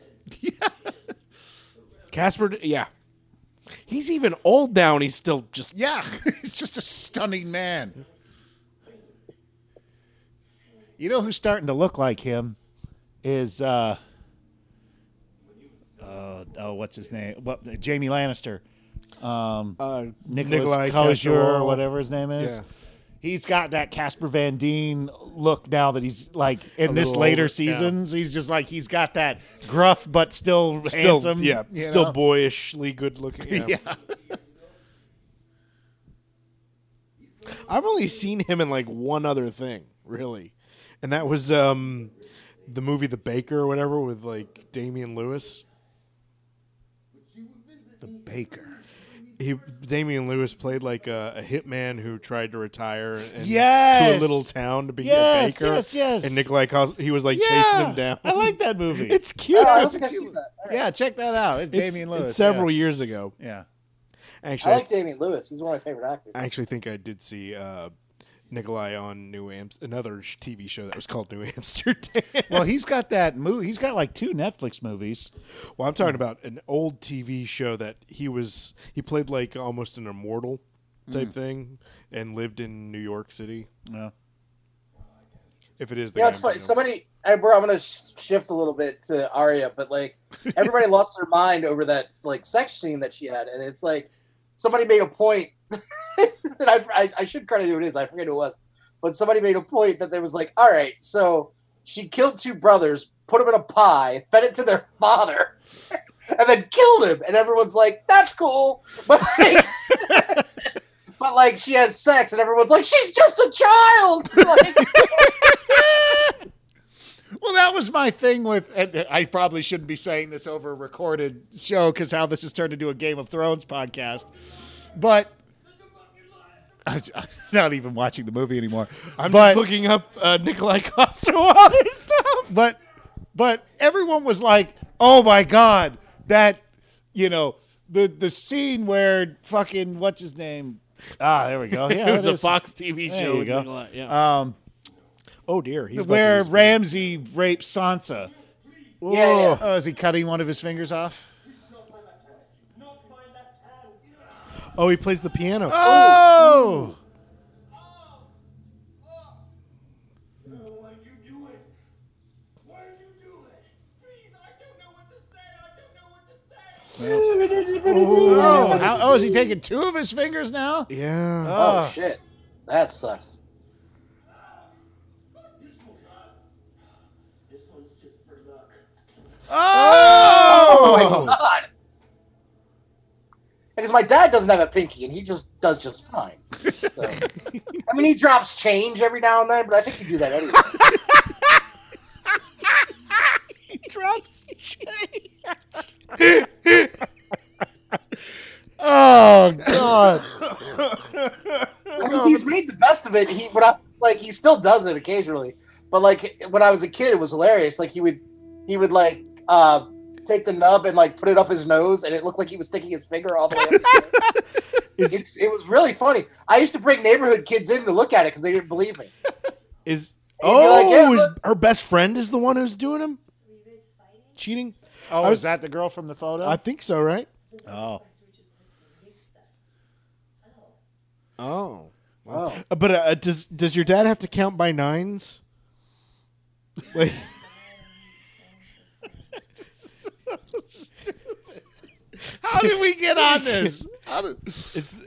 Casper, yeah. He's even old now and he's still just. Yeah, he's just a stunning man. You know who's starting to look like him is uh, uh oh, what's his name? What Jamie Lannister, Uh, Nicholas Nikolai Kosier or Castor- whatever his name is. Yeah. He's got that Casper Van Dien look now that he's like in A this little later older, yeah. seasons. He's just like he's got that gruff but still, Still, handsome. yeah. you Still know? boyishly good looking. Yeah. yeah. I've only seen him in like one other thing, really, and that was um, the movie The Baker or whatever with like Damian Lewis. Baker. He Damian Lewis played like a, a hitman who tried to retire and to a Yes! little town to be a Yes, baker. yes, yes. And Nikolai Kos- he was like chasing him down. I like that movie. It's cute. Oh, I don't think I've seen that. yeah, check that out. It's, It's- Damian it's Lewis. several years ago. Yeah. yeah. Actually, I I, like Damian Lewis. He's one of my favorite actors. I actually think I did see uh, Nikolai on New Amps, another sh- TV show that was called New Amsterdam. Well, he's got that movie. He's got like two Netflix movies. Well, I'm talking about an old TV show that he was he played like almost an immortal type Mm. thing and lived in New York City. Yeah. If it is the Yeah, guy it's I'm funny. thinking of. Somebody, I, bro, I'm gonna sh- shift a little bit to Arya, but like everybody lost their mind over that like sex scene that she had, and it's like somebody made a point that I, I, I should credit who it is. I forget who it was, but somebody made a point that they was like, all right, so she killed two brothers, put them in a pie, fed it to their father, and then killed him, and everyone's like, that's cool, but like. But like she has sex and everyone's like she's just a child. Like, Well, that was my thing with. And I probably shouldn't be saying this over a recorded show because how this has turned into a Game of Thrones podcast. But I'm j- I'm not even watching the movie anymore. I'm but, just looking up uh, Nikolai Coster-Waldau stuff. But but everyone was like, "Oh my god, that you know the the scene where fucking what's his name." Ah, there we go. Yeah, it was that a is- Fox TV There show. you with go. Nikolai, Yeah. Um, Oh dear, he's about to where lose- Ramsey raped Sansa. yeah, yeah. Oh, is he cutting one of his fingers off? oh he plays the piano. Oh! Ah! Why did you do it? Why did you do it? Please, I don't know what to say. I don't know what to say. Oh, how, oh, is he taking two of his fingers now? Yeah. Oh, shit. That sucks. This one's just for luck. Oh! God. Because my dad doesn't have a pinky, and he just does just fine. So. I mean, he drops change every now and then, but I think you do that anyway. he drops Oh God! I mean, he's made the best of it. He, when I like, he still does it occasionally. But like when I was a kid, it was hilarious. Like he would, he would like uh, take the nub and like put it up his nose, and it looked like he was sticking his finger all the way. up. Is, it's, it was really funny. I used to bring neighborhood kids in to look at it because they didn't believe me. is And you'd be like, oh, yeah, is look. her best friend is the one who's doing him So you guys fighting? cheating? Oh, I was- is that the girl from the photo? I think so, right? oh, Which is like big sex. Oh. Oh. Oh. Uh, But uh, does does your dad have to count by nines? Like, how did we get on this? How did? it's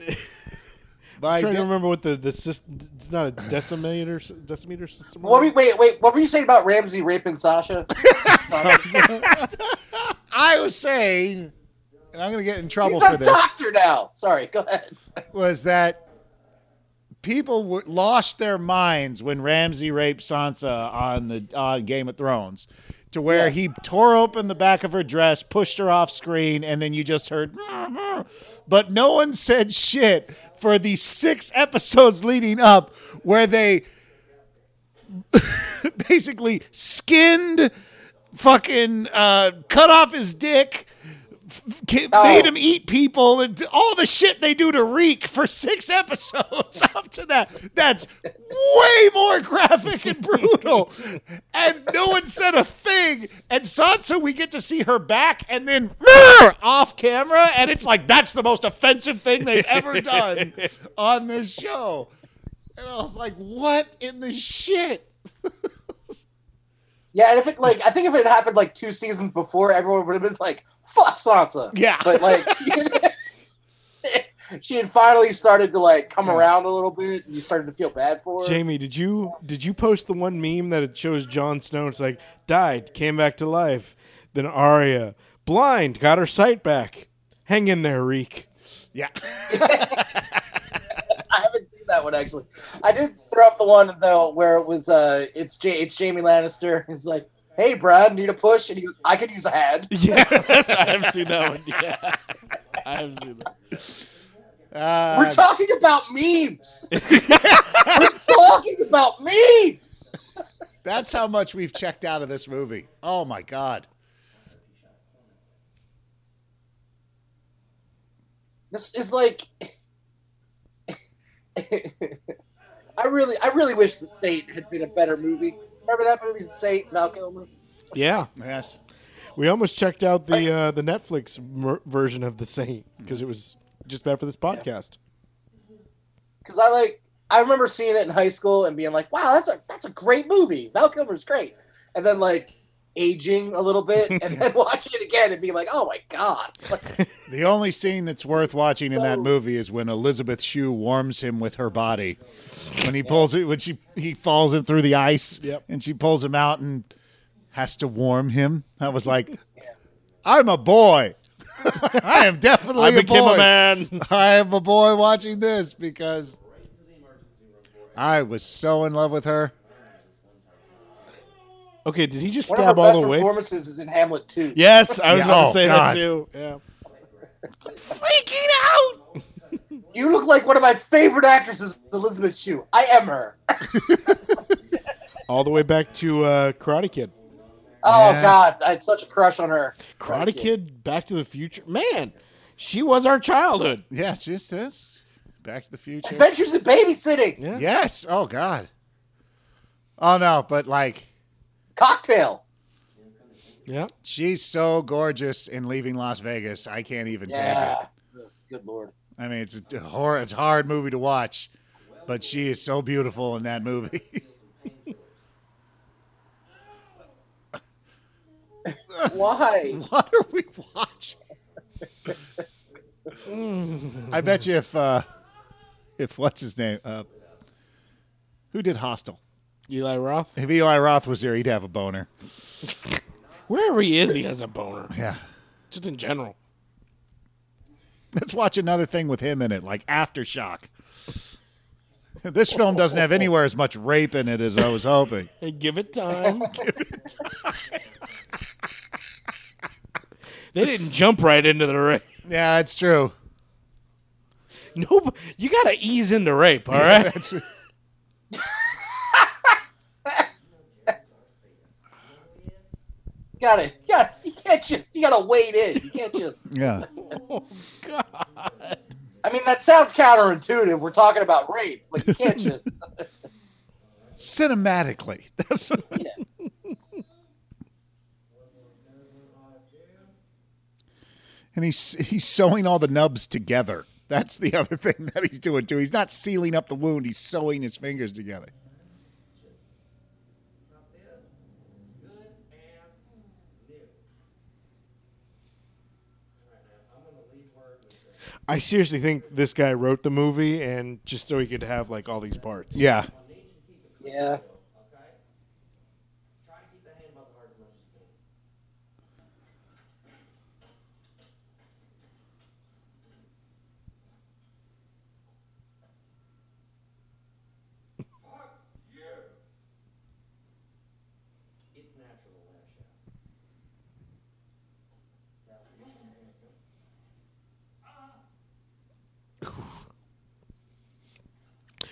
By I'm trying di- to remember what the the system. It's not a decimeter s- decimeter system. What were you, wait, wait. What were you saying about Ramsey raping Sasha? I was saying, and I'm going to get in trouble He's for a this. doctor now. Sorry, go ahead. was that people were, lost their minds when Ramsay raped Sansa on the on Game of Thrones, to where Yeah. he tore open the back of her dress, pushed her off screen, and then you just heard, "Meow, meow." but no one said shit for the six episodes leading up where they basically skinned, fucking uh, cut off his dick. Ki- Oh. made him eat people and d- all the shit they do to Reek for six episodes up to that. That's way more graphic and brutal. and no one said a thing. And Sansa, we get to see her back and then off camera. And it's like, that's the most offensive thing they've ever done on this show. And I was like, what in the shit? Yeah, and if it like, I think if it happened like two seasons before, everyone would have been like, "Fuck Sansa." Yeah. but like, she had finally started to like come around a little bit, and you started to feel bad for her. Jamie, did you did you post the one meme that it shows Jon Snow? It's like died, came back to life, then Arya blind, got her sight back. Hang in there, Reek. Yeah. I haven't seen that one actually. I did throw up the one though where it was uh, it's J- it's Jamie Lannister. He's like, "Hey, Brad, need a push?" And he goes, "I could use a hand." Yeah, I haven't seen that one. Yeah, I haven't seen that. Uh, We're talking about memes. We're talking about memes. That's how much we've checked out of this movie. Oh my god. This is like. I really, I really wish the state had been a better movie. Remember that movie, The Saint, Val Kilmer? Yeah, Yes. we almost checked out the uh, the Netflix mer- version of The Saint because it was just bad for this podcast. Because I like, I remember seeing it in high school and being like, "Wow, that's a that's a great movie. Val Kilmer's great." And then like aging a little bit, and then watching it again and being like, "Oh my god!" Like, The only scene that's worth watching in Oh. that movie is when Elizabeth Shue warms him with her body. When he pulls it, when she he falls in through the ice, Yep. and she pulls him out and has to warm him. I was like, I'm a boy. I am definitely I a became boy. a man. I am a boy watching this because I was so in love with her. Okay, did he just one of stab her best all the way? performances is in Hamlet too. Yes, I was Yeah, about to oh, say God. that too. Yeah. Freaking out. You look like one of my favorite actresses, Elizabeth Shue. I am her. All the way back to uh, Karate Kid. Oh Yeah. God, I had such a crush on her. Karate Kid, Back to the Future. Man, she was our childhood. Yeah, it's just this. Back to the Future. Adventures in Babysitting. Yeah. Yes. Oh God. Oh no, but like Cocktail. Yeah. she's so gorgeous in leaving Las Vegas. I can't even take Yeah. Ugh, Good lord. it. I mean, it's a hor- it's a hard movie to watch, but she is so beautiful in that movie. Why? what are we watching? I bet you if uh, if what's his name, uh, who did Hostel? Eli Roth. If Eli Roth was there, he'd have a boner. Wherever he is, he has a boner. Yeah. Just in general. Let's watch another thing with him in it, like Aftershock. This film doesn't have anywhere as much rape in it as I was hoping. Hey, give it time. give it time. they didn't jump right into the rape. Yeah, it's true. Nope. You got to ease into rape, all right? That's You gotta, you gotta, you can't just, you gotta wade in. You can't just. yeah. I mean, that sounds counterintuitive. We're talking about rape, but you can't just. Cinematically. That's and he's he's sewing all the nubs together. That's the other thing that he's doing too. He's not sealing up the wound, he's sewing his fingers together. Good as new. Alright, now, I'm gonna leave word with the I seriously think this guy wrote the movie and just so he could have like all these parts. Yeah. Yeah. okay? Try to keep the hand above the heart as much as you can. Fuck you! It's natural to lash out. Now, you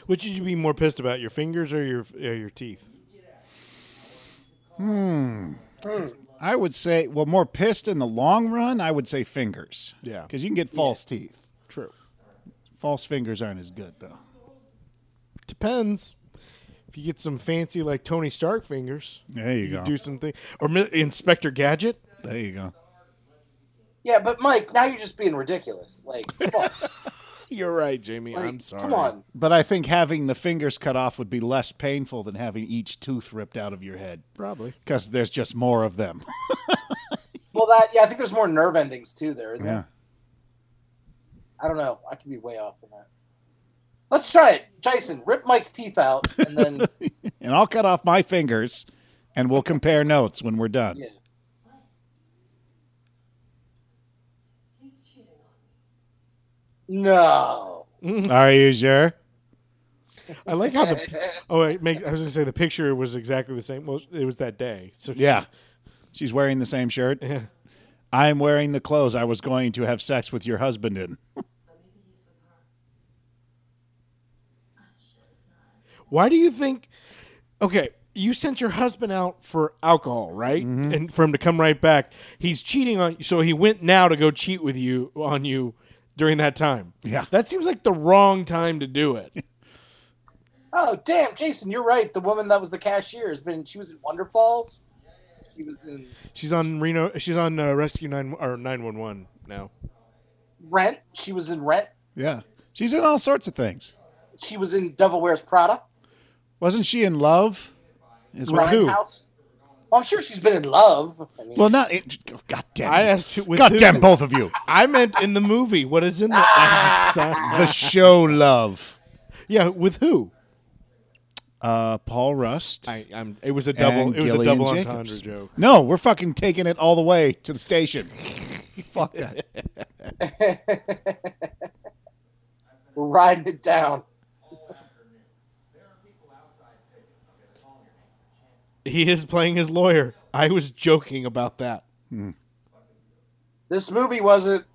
Which would you be more pissed about, your fingers or your or your teeth? I would say, well, more pissed in the long run, I would say fingers. Yeah. Because you can get false teeth. True. False fingers aren't as good, though. Depends. If you get some fancy like Tony Stark fingers, There you, you go. do something or Mi- Inspector Gadget. there you go. Yeah, but Mike, now you're just being ridiculous. Like, come on. You're right, Jamie. Like, I'm sorry. Come on. But I think having the fingers cut off would be less painful than having each tooth ripped out of your head Probably. because there's just more of them. Well, that, yeah, I think there's more nerve endings too there. isn't there? I don't know. I could be way off on that. Let's try it. Jason, rip Mike's teeth out and then. And I'll cut off my fingers and we'll compare notes when we're done. yeah. He's cheating on me. No. Are you sure? I like how the oh, it make, I was gonna say the picture was exactly the same. Well, it was that day. So Yeah. She's wearing the same shirt. Yeah. I'm wearing the clothes I was going to have sex with your husband in. But maybe he's with her. Ah, shit, it's not. Why do you think? Okay, you sent your husband out for alcohol, right? Mm-hmm. And for him to come right back, he's cheating on you. So he went now to go cheat with you on you during that time. Yeah. that seems like the wrong time to do it. Oh, damn, Jason, you're right. The woman that was the cashier has been. She was in Wonder Falls. She was in She's on Reno. She's on uh, Rescue Nine or Nine One One now. Rent. She was in Rent. Yeah. She's in all sorts of things. She was in Devil Wears Prada. Wasn't she in love? Is what- who? Grindhouse. Well, I'm sure she's been in love. I mean, Well, not. It, oh, God damn. I you. asked you with God who? damn both of you. I meant in the movie. What is in the? The show love. yeah, with who? Uh, Paul Rust. I, I'm. It was a double. and It was a Gillian double Jacobs. entendre joke. No, we're fucking taking it all the way to the station. Fuck that. we're riding it down. He is playing his lawyer. I was joking about that. This movie wasn't.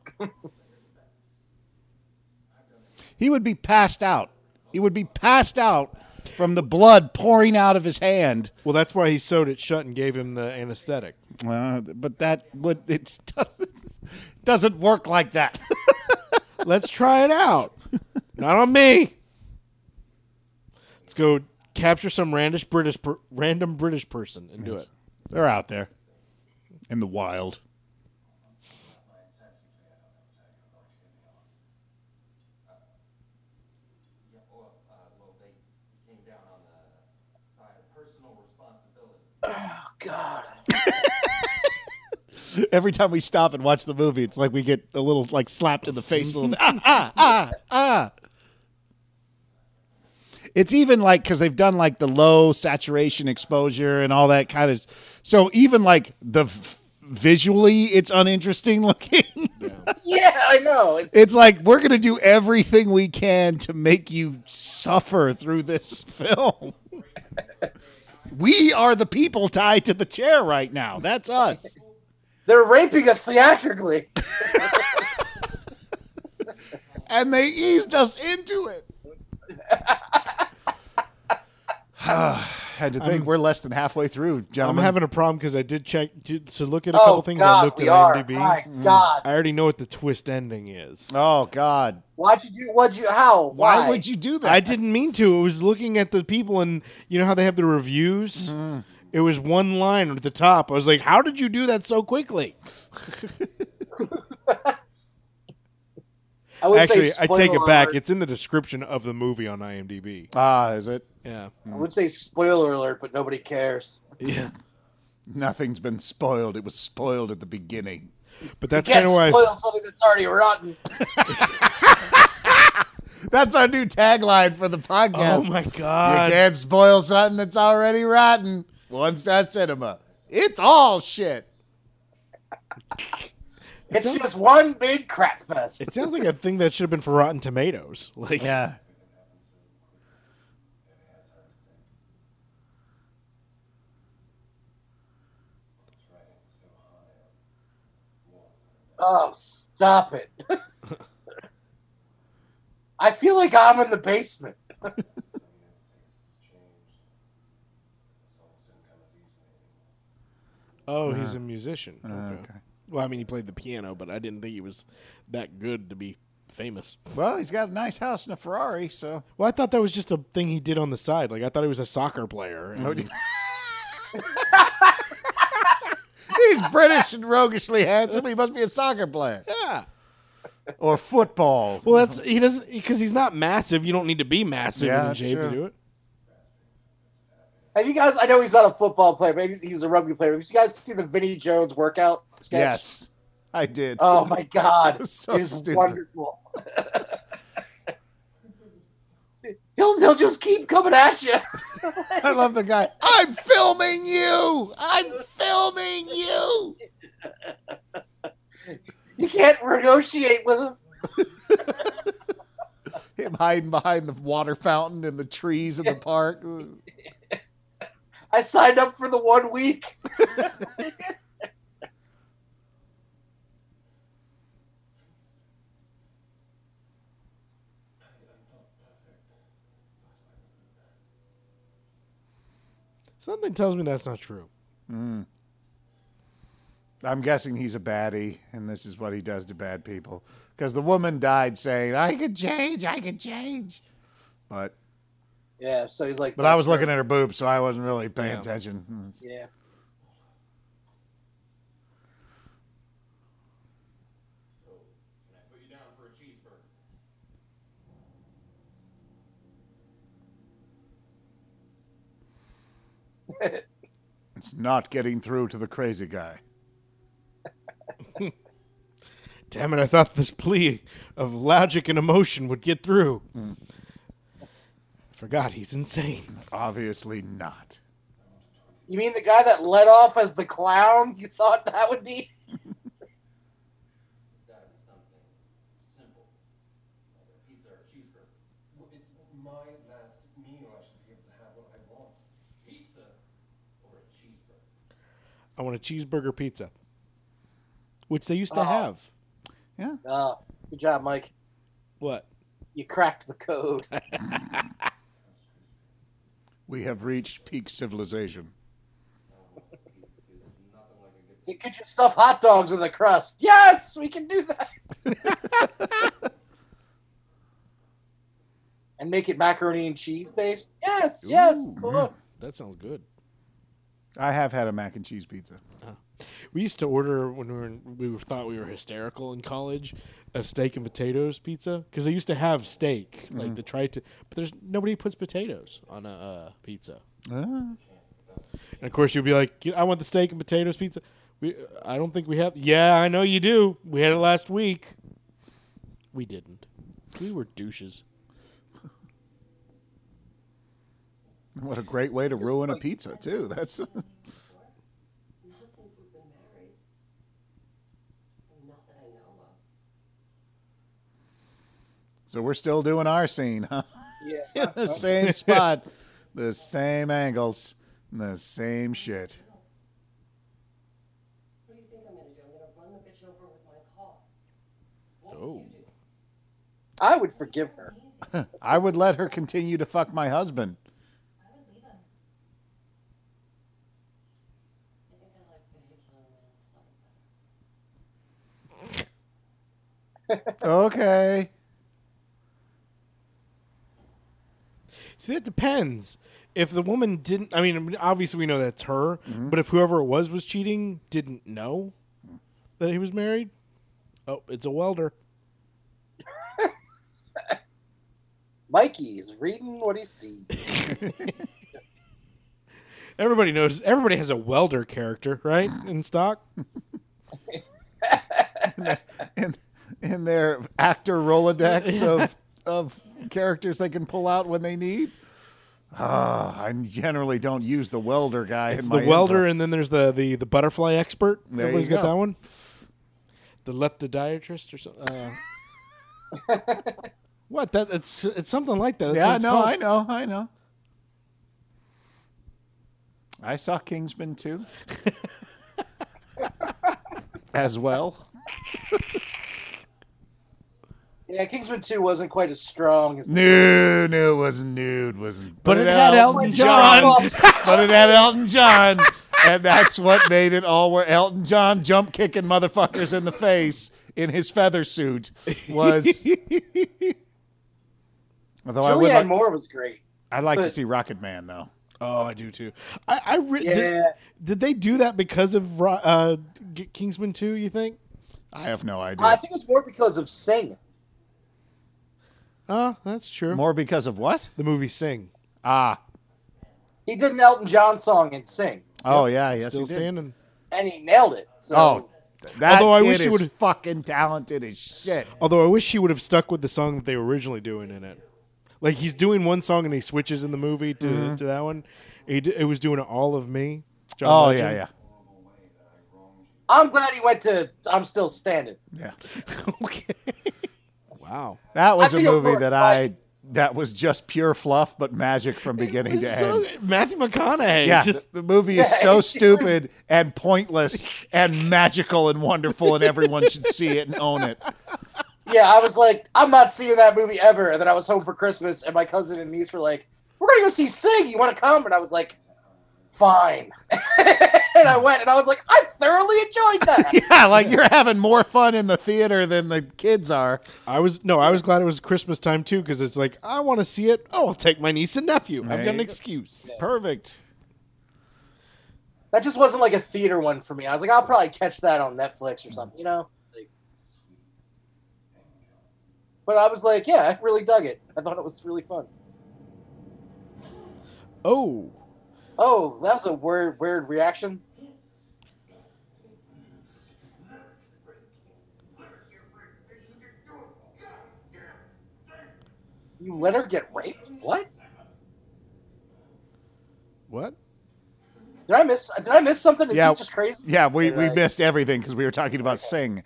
He would be passed out. He would be passed out from the blood pouring out of his hand. Well, that's why he sewed it shut and gave him the anesthetic. Uh, but that would it doesn't, doesn't work like that. Let's try it out. Not on me. Let's go capture some randish British per- random British person and do it. They're out there in the wild. Yeah, well, uh, well, they came down on the side of personal responsibility. Oh, God. Every time we stop and watch the movie, it's like we get a little like slapped in the face a little bit. Ah, ah, ah, ah. It's even like because they've done like the low saturation exposure and all that kind of. So even like the v- visually, it's uninteresting looking. yeah, I know. It's, It's like we're going to do everything we can to make you suffer through this film. we are the people tied to the chair right now. That's us. they're raping us theatrically. And they eased us into it. Had to think we're less than halfway through, I'm gentlemen. having a problem because I did check to, to look at a couple Oh things. God, I looked at we are. IMDb. My God, I already know what the twist ending is. oh God! why'd you do? Why'd you? How? Why? would you do that? I didn't mean to. It was looking at the people, and you know how they have the reviews. It was one line at the top. I was like, "How did you do that so quickly?" I would Actually, say I take spoiler it back. alert. It's in the description of the movie on IMDb. Ah, is it? Yeah, I would say spoiler alert, but nobody cares. yeah. Nothing's been spoiled. It was spoiled at the beginning. But that's Can't kind of why. spoil something that's already rotten. That's our new tagline for the podcast. Oh my You god! can't spoil something that's already rotten. One star cinema. It's all shit. It's just one big crap fest. It sounds like a thing that should have been for Rotten Tomatoes. Like, Yeah. Oh, stop it. I feel like I'm in the basement. oh, he's a musician. okay. Uh-huh. Uh, okay. Well, I mean, he played the piano, but I didn't think he was that good to be famous. Well, he's got a nice house and a Ferrari, so. Well, I thought that was just a thing he did on the side. Like, I thought he was a soccer player. and- he's British and roguishly handsome. He must be a soccer player yeah. or football. Well, that's he doesn't because he's not massive. You don't need to be massive Yeah, and in that's shape to true. do it. Have you guys? I know he's not a football player, but he's- he was a rugby player. Have you guys seen the Vinnie Jones workout sketch? Yes, I did. Oh my God! was so it is stupid. wonderful. he'll he'll just keep coming at you. I love the guy. I'm filming you. I'm filming you. You can't negotiate with him. Him hiding behind the water fountain and the trees in the park. I signed up for the one week. Something tells me that's not true. I'm guessing he's a baddie, and this is what he does to bad people. Because the woman died saying, "I could change, I could change," but Yeah. So he's like. but I was looking at her boobs, so I wasn't really paying Yeah. attention. Mm. Yeah. Can I put you down for a cheeseburger? It's not getting through to the crazy guy. Damn it! I thought this plea of logic and emotion would get through. Mm. Forgot he's insane. Obviously not. You mean the guy that led off as the clown? You thought that would be? It's gotta be something simple, like a pizza or Well, a cheeseburger. it's my last meal. I should be able to have what I want. Pizza or a cheeseburger? I want a cheeseburger pizza, which they used to have. Uh, good job, Mike. What? You cracked the code. We have reached peak civilization. You could just stuff hot dogs in the crust. Yes, we can do that. and make it macaroni and cheese based. Yes, yes. of course. That sounds good. I have had a mac and cheese pizza. We used to order when we were in, we were, thought we were hysterical in college, a steak and potatoes pizza because they used to have steak like the try to, but there's nobody puts potatoes on a uh, pizza. Ah. And of course you'd be like, "I want the steak and potatoes pizza." We, uh, I don't think we have. Yeah, I know you do. We had it last week. We didn't. We were douches. What a great way to ruin a pizza, too. That's Not since we've been married. Not that I know of. so we're still doing our scene, huh? Yeah. In the same spot, the same angles, the same shit. What do you think I'm gonna do? I'm gonna run the bitch over with my car. Oh. I would forgive her. I would let her continue to fuck my husband. I would leave him. I think I like vehicular manslaughter better. Okay. See, that depends. If the woman didn't, I mean, obviously we know that's her, Mm-hmm. but if whoever it was was cheating didn't know that he was married, oh, it's a welder. Mikey's reading what he sees. Everybody knows, everybody has a welder character, right? In stock? In, in their actor Rolodex of, of characters they can pull out when they need. Ah, I generally don't use the welder guy. It's in the my welder, intro. and then there's the, the, the butterfly expert. There you Everybody's got go. that one. The leptodiatrist or something. Uh, what? That it's it's something like that. That's what Yeah, it's no, called. I know, I know. I saw Kingsman too, as well. Yeah, Kingsman 2 wasn't quite as strong as No, no, it wasn't nude, wasn't. But it had Elton John. but it had Elton John, and that's what made it all. Where Elton John jump kicking motherfuckers in the face in his feather suit was. Although I would, Julianne like, Moore was great. I'd like to but- see Rocket Man though. Oh, I do too. I, I re- did, Yeah. did they do that because of Ro- uh, G- Kingsman Two? You think? I have no idea. I think it was more because of singing. Oh, that's true. More because of what? the movie Sing Ah, He did an Elton John song and sing, oh yeah, yes, still he did. standing. and he nailed it. So Oh, that Although I kid wish he is would've- fucking talented as shit. Although I wish he would have stuck with the song that they were originally doing in it. Like he's doing one song and he switches in the movie to, Mm-hmm. to that one. He d- it was doing all of me. John Oh Legend. yeah, yeah, I'm glad he went to I'm Still Standing. yeah. okay. Wow. That was I a feel movie for- that I that was just pure fluff, but magic from beginning to So- end. Matthew McConaughey. Yeah, Just the movie is Yeah, it so was- stupid and pointless and magical and wonderful, and everyone should see it and own it. Yeah, I was like, I'm not seeing that movie ever. And then I was home for Christmas, and my cousin and niece were like, We're gonna go see Sing. You want to come? And I was like, Fine. and I went, and I was like, I thoroughly enjoyed that. Yeah, like you're having more fun in the theater than the kids are. I was no, I was glad it was Christmas time too because it's like I want to see it. Oh, I'll take my niece and nephew. I've There got an you go. excuse. Perfect. that just wasn't like a theater one for me. I was like, I'll probably catch that on Netflix or something, you know. Like- But I was like, yeah, I really dug it. I thought it was really fun. Oh, Oh, that was a weird, weird reaction. You let her get raped? What? what? Did I miss? Did I miss something? Is Yeah. he just crazy? Yeah, we, Did we I- missed everything because we were talking about Sing.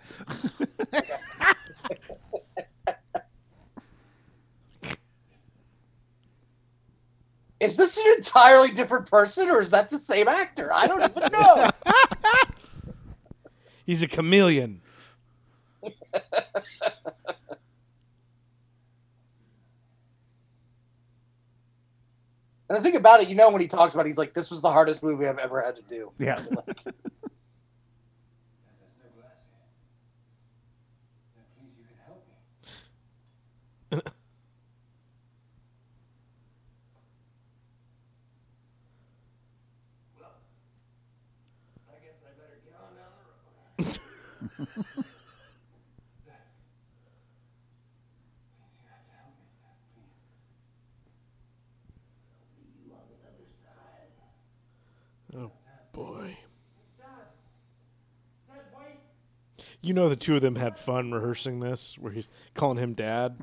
Is this an entirely different person, or is that the same actor? I don't even know. He's a chameleon. and the thing about it, you know, when he talks about, it, he's like, "This was the hardest movie I've ever had to do." Yeah. Please, you can help me. I guess I better get on down the road. Please, you have to help me. Please. Boy, Oh, Dad, You know, the two of them had fun rehearsing this, where he's calling him dad.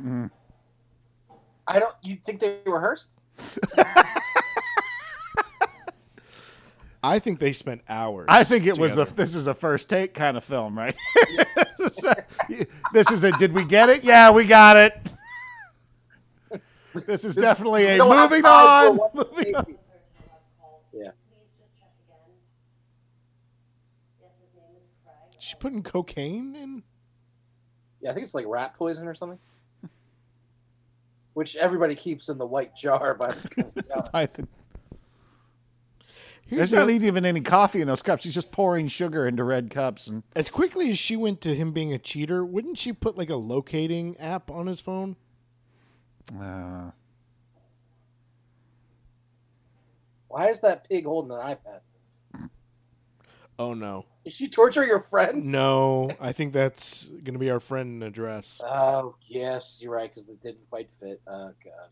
I don't. You think they rehearsed? I think they spent hours. I think it was a together. this is a first take kind of film, right? this is a did we get it? Yeah, we got it. This is definitely We a don't have moving time on. for one Moving on. thing. Please just check again. Yes, his name is Craig. She putting cocaine in. Yeah, I think it's like rat poison or something. Which everybody keeps in the white jar by the I think- Here's There's not the- even any coffee in those cups. She's just pouring sugar into red cups, and as quickly as she went to him being a cheater, wouldn't she put like a locating app on his phone? uh, Why is that pig holding an iPad? Oh no, Is she torturing her friend? no! I think that's gonna be our friend address. Oh yes, you're right because it didn't quite fit. Oh god.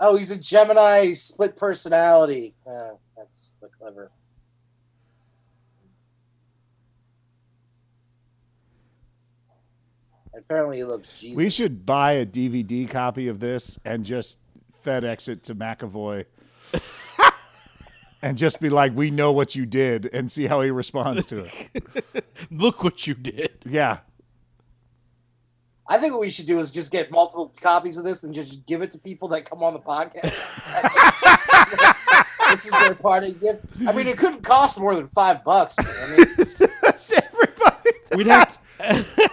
Oh, he's a Gemini split personality. Oh, that's the clever. Apparently, he loves Jesus. we should buy a DVD copy of this and just FedEx it to McAvoy, and just be like, "We know what you did," and see how he responds to it. Look what you did. Yeah, I think what we should do is just get multiple copies of this and just give it to people that come on the podcast. this is their party gift. I mean, it couldn't cost more than five bucks. I mean, that's everybody. We'd have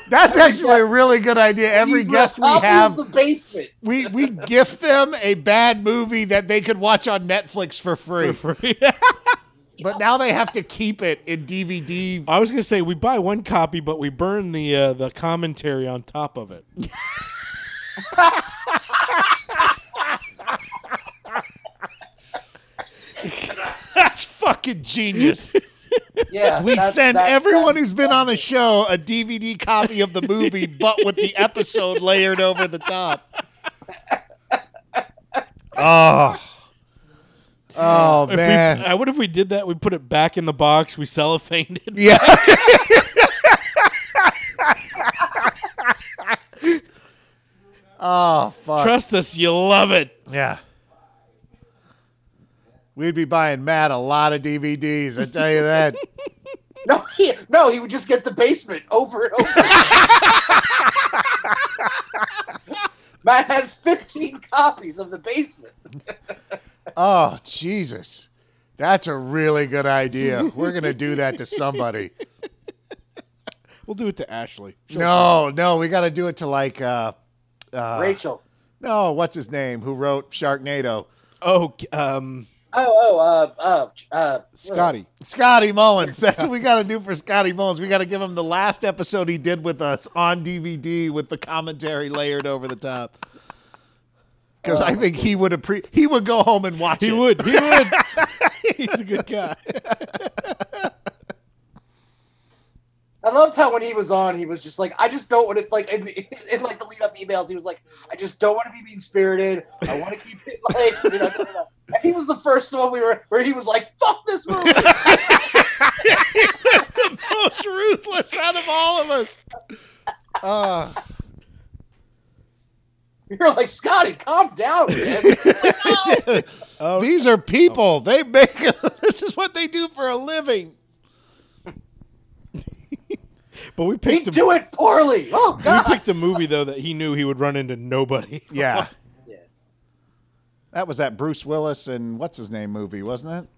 That's actually a guest- really good idea. Every use a guest we copy of have, the basement. we we gift them a bad movie that they could watch on Netflix for free. But now they have to keep it in DVD. I was gonna say we buy one copy, but we burn the uh, the commentary on top of it. That's fucking genius. Yeah, We that's- send that- everyone that- who's been on a show a DVD copy of the movie, but with the episode layered over the top. Oh. Oh If we- man. uh, what if we did that? We put it back in the box. We cellophaned it. Yeah. oh fuck. Trust us, you love it. Yeah. We'd be buying Matt a lot of DVDs, I tell you that. No, he, no, he would just get the basement over and over. Matt has 15 copies of the basement. oh, Jesus. That's a really good idea. We're going to do that to somebody. We'll do it to Ashley. No, no, we got to do it to like uh uh Rachel. no, what's his name who wrote Sharknado? Oh, um, Oh, oh, uh, uh, uh, Scotty. Scotty Mullins. That's what we got to do for Scotty Mullins. We got to give him the last episode he did with us on DVD with the commentary layered over the top. Because I think he would appre- he would go home and watch Uh, He it. would. He would. He's a good guy. I loved how when he was on, he was just like, I just don't want to like in, the, in like the lead up emails, he was like, I just don't want to be mean spirited. I want to keep it like you know. da, da, da." And he was the first one we were where he was like, "Fuck this movie." Most ruthless out of all of us. Uh, You're like, Scotty, calm down, man. He's like, "No." these are people. They make this is what they do for a living. But we We picked a, do it poorly. Oh we God. picked a movie though that he knew he would run into nobody. Yeah. Yeah. That was that Bruce Willis and what's his name movie, wasn't it?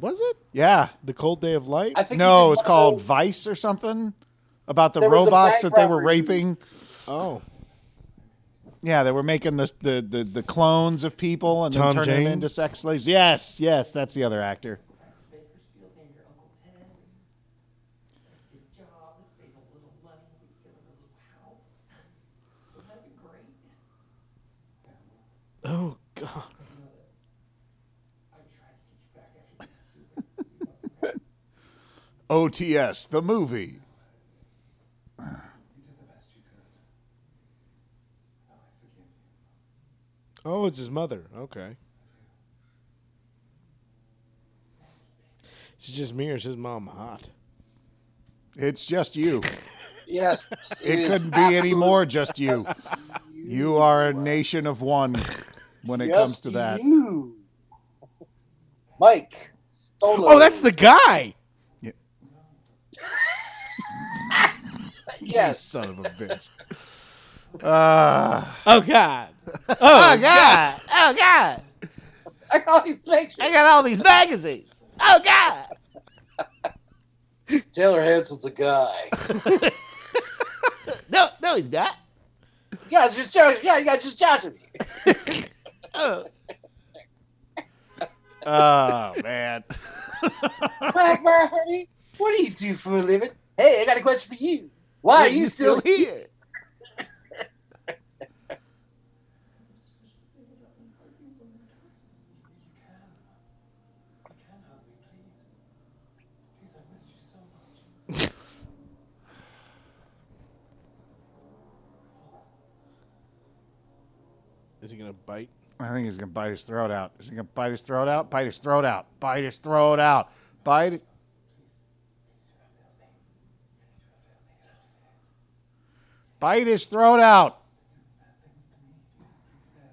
Was it Yeah. The Cold Day of Light? I think No, he it's did called one of Vice or something about the There was a robots that bank they were robbery raping. oh, Yeah, they were making the the the, the clones of people and Tom then turning Jane? them into sex slaves. Yes, yes, that's the other actor. Bakersfield and your Uncle Ted. Good job, save a little money, we give her a little house. Wouldn't that be great? oh God! I tried to get you back after OTS, the movie. You did the best you could. Now I forgive you. Oh, it's his mother. Okay. Is it just me or is his mom hot? It's just you. Yes, It is couldn't be any absolute- more just you. You are a nation of one when it Yes, comes to that. you. Mike. Solo. Oh, that's the guy. You yes. son of a bitch. Uh, Oh God. Oh God! Oh God! I got his picture. I got all these magazines. Oh God! Taylor Hanson's a guy. No, no, he's not. Yeah, it's just joshing. Yeah, you got just joshing me. oh man. Black Bear, honey, what do you do for a living? Hey, I got a question for you. Why are you, still, here? You can. You can help me, please. Please, I've missed you so much. Is he gonna bite? I think he's gonna bite his throat out. Is he gonna bite his throat out? Bite his throat out. Bite his throat out. Bite it. Bite his throat out. Please, they're hurting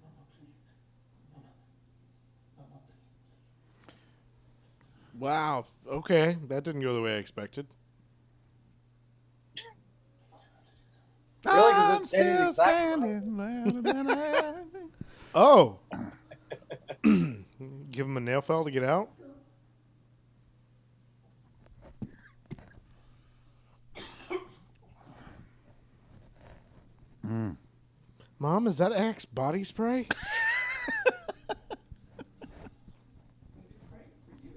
me. Mama, please. Mama. Mama, please. Wow. Okay, that didn't go the way I expected. Really? 'Cause I'm it's- it is still exactly- standing. Oh. Give him a nail file to get out. Hmm. Mom, is that Axe body spray? praying for you.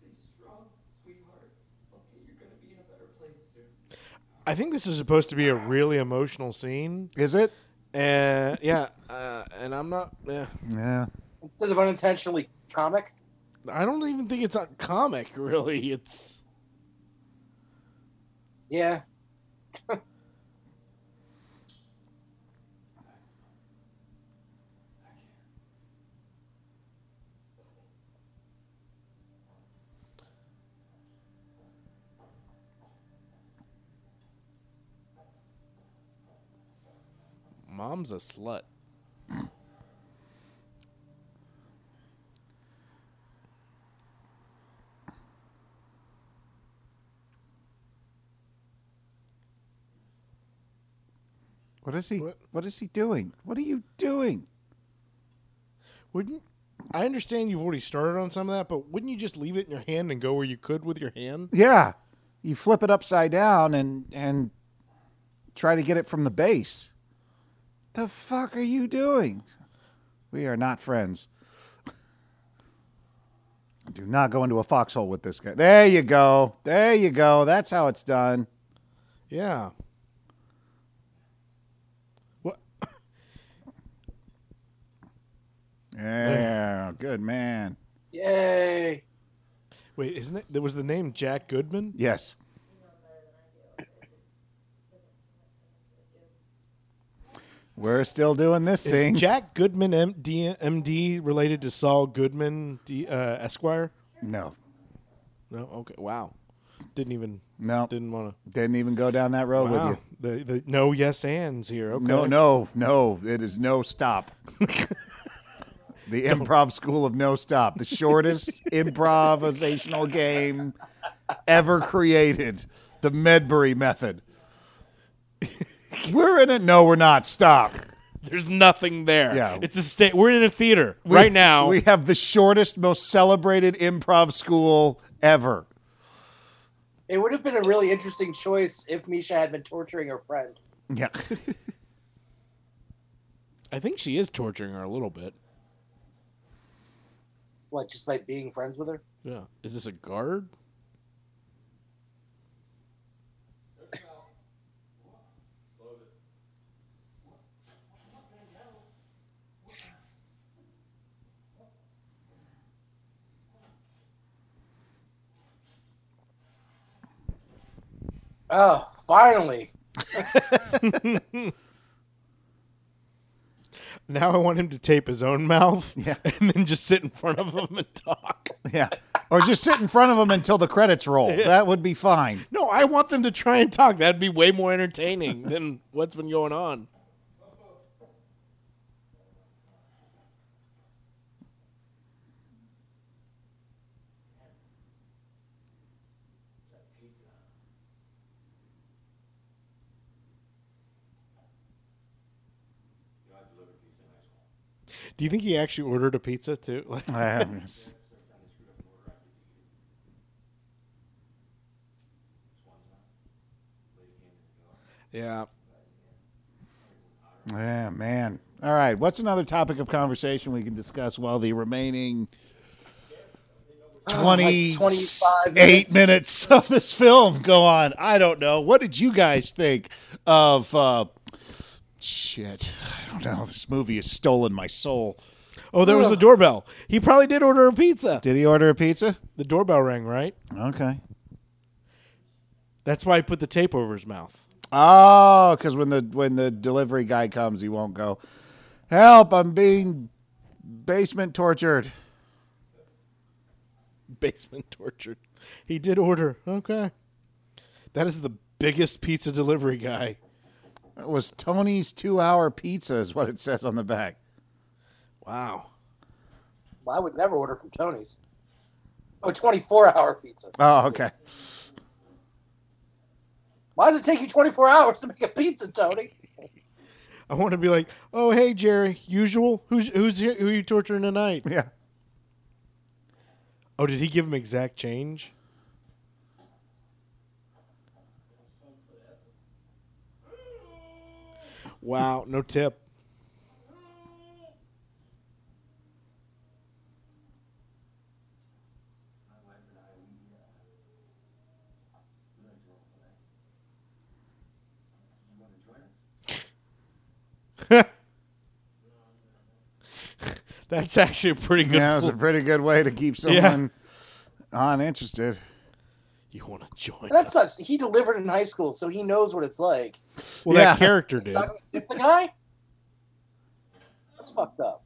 You stay strong, sweetheart. Okay, you're gonna be in a better place soon. I think this is supposed to be a really emotional scene. Is it? And yeah, uh, and I'm not. Yeah, Yeah. Instead of unintentionally comic. I don't even think it's a comic. Really, it's Yeah. mom's a slut. What is he? What? what is he doing? What are you doing? Wouldn't I understand you've already started on some of that, but wouldn't you just leave it in your hand and go where you could with your hand? Yeah. You flip it upside down and and try to get it from the base. The fuck are you doing? We are not friends. Do not go into a foxhole with this guy. There you go. There you go. That's how it's done. Yeah. What? Yeah, good man. Yay. Wait, isn't it? There was the name Jack Goodman. Yes. We're still doing this Is thing. Jack Goodman M- D- MD related to Saul Goodman D- uh, Esquire? no. No. Okay. Wow. Didn't even. No. Didn't want to. Didn't even go down that road with you. Wow. The, the no yes ands here. Okay. No, no, no. It is no stop. the improv school of no stop, the shortest improvisational game ever created, the Medbury method. We're in it. No, we're not. Stop. There's nothing there. Yeah. It's a state. We're in a theater right now. We have the shortest, most celebrated improv school ever. It would have been a really interesting choice if Misha had been torturing her friend. Yeah. I think she is torturing her a little bit. What, just by being friends with her? Yeah. Is this a guard? Oh, finally. Now I want him to tape his own mouth Yeah. and then just sit in front of him and talk. Yeah. or just sit in front of them until the credits roll. That would be fine. No, I want them to try and talk. That'd be way more entertaining than what's been going on. Do you think he actually ordered a pizza too? Like, Um, yeah. yeah, man. All right. What's another topic of conversation we can discuss while the remaining like 28 25 Uh, minutes. minutes. of this film go on? I don't know. What did you guys think of. Uh, shit. I don't know. This movie has stolen my soul. Oh, there was the doorbell. He probably did order a pizza. Did he order a pizza? The doorbell rang, right? Okay. That's why he put the tape over his mouth. Oh, because when the when the delivery guy comes, he won't go. Help! I'm being basement tortured. Basement tortured. He did order. Okay. That is the biggest pizza delivery guy. It was Tony's two-hour pizza, is what it says on the back. Wow. Well, I would never order from Tony's. Oh, 24 hour pizza. Oh, okay. Why does it take you 24 hours to make a pizza, Tony? I want to be like, oh hey Jerry, usual. Who's who's here, who are you torturing tonight? Yeah. Oh, did he give him exact change? Wow, no tip. That's actually a pretty good. Yeah, it was fl- a pretty good way to keep Yeah. someone uninterested. you want to join? And that sucks. He delivered in high school, so he knows what it's like. Well, Yeah. that character did. Not gonna tip the guy? That's fucked up.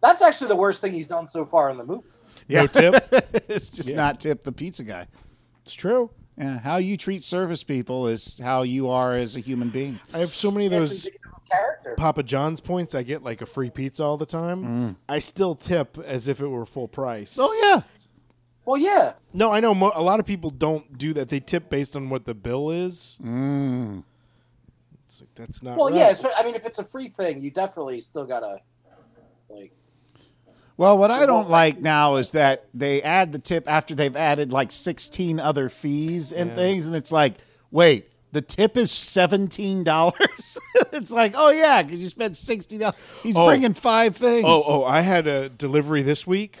That's actually the worst thing he's done so far in the movie. No tip. it's just Yeah. not tip the pizza guy. It's true. Yeah, how you treat service people is how you are as a human being. I have so many of That's those indicative of character. Papa John's points. I get like a free pizza all the time. I still tip as if it were full price. Oh Well, yeah. No, I know mo- a lot of people don't do that. They tip based on what the bill is. yeah. Mm. It's like, that's not. Well, right. yeah. espe- I mean, if it's a free thing, you definitely still gotta like. Well, what I don't like now is that they add the tip after they've added like 16 other fees and things, and it's like, wait, the tip is $17? it's like, oh, yeah, because you spent $60. He's Oh. bringing five things. Oh, oh! I had a delivery this week.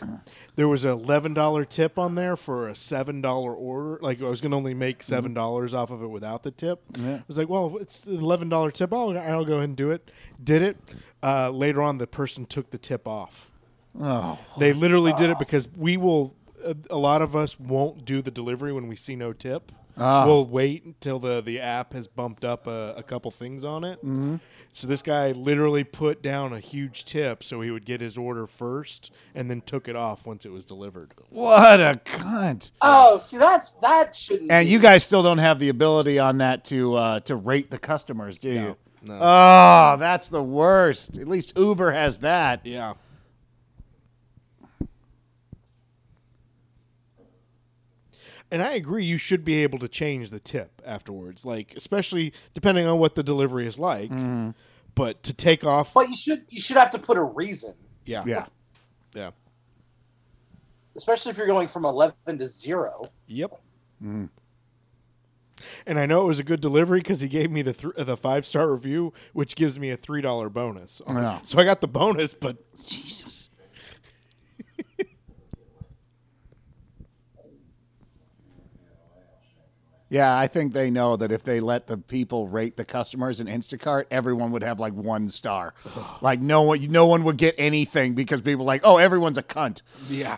There was a eleven dollar tip on there for a seven dollar order. Like I was gonna only make Mm-hmm. seven dollars off of it without the tip. I was like, well, if it's an eleven dollar tip. I'll I'll go ahead and do it. Did it. Uh, later on, the person took the tip off. Oh. They literally did it because we will. A, a lot of us won't do the delivery when we see no tip. Ah. We'll wait until the the app has bumped up a, a couple things on it. Mm-hmm. So this guy literally put down a huge tip so he would get his order first, and then took it off once it was delivered. What a cunt. Oh, see, that's that shouldn't. And be. you guys still don't have the ability on that to uh, to rate the customers, do you? No. Oh, that's the worst. At least Uber has that. Yeah. And I agree, you should be able to change the tip afterwards, like especially depending on what the delivery is like. But to take off, But you should you should have to put a reason, yeah, Yeah. yeah, especially if you're going from eleven to zero. yep. Mm. And I know it was a good delivery because he gave me the thr the five star review, which gives me a three dollar bonus. on it. Yeah. So I got the bonus, but Jesus. yeah, I think they know that if they let the people rate the customers in Instacart, everyone would have like one star. like no one no one would get anything because people are like, "Oh, everyone's a cunt." yeah,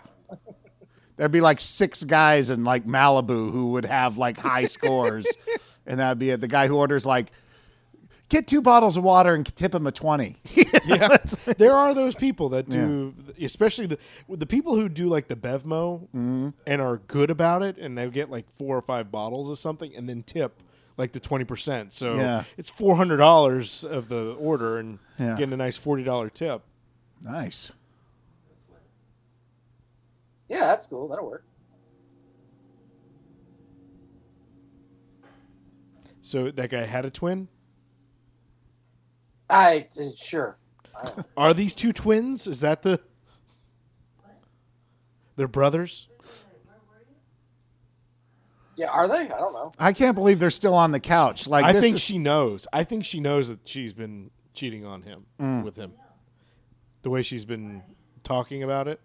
There'd be like six guys in like Malibu who would have like high scores, and that'd be it. The guy who orders like Get two bottles of water and tip him a 20. yeah, there are those people that do, especially the the people who do like the Bevmo Mm-hmm. and are good about it, and they get like four or five bottles of something, and then tip like the twenty percent. So Yeah. it's four hundred dollars of the order, and Yeah. getting a nice forty dollar tip. nice. Yeah, that's cool. That'll work. So that guy had a twin. I sure. I don't know. Are these two twins? Is that the? They're brothers. yeah, are they? I don't know. I can't believe they're still on the couch. Like I this think is- she knows. I think she knows that she's been cheating on him with him. The way she's been talking about it.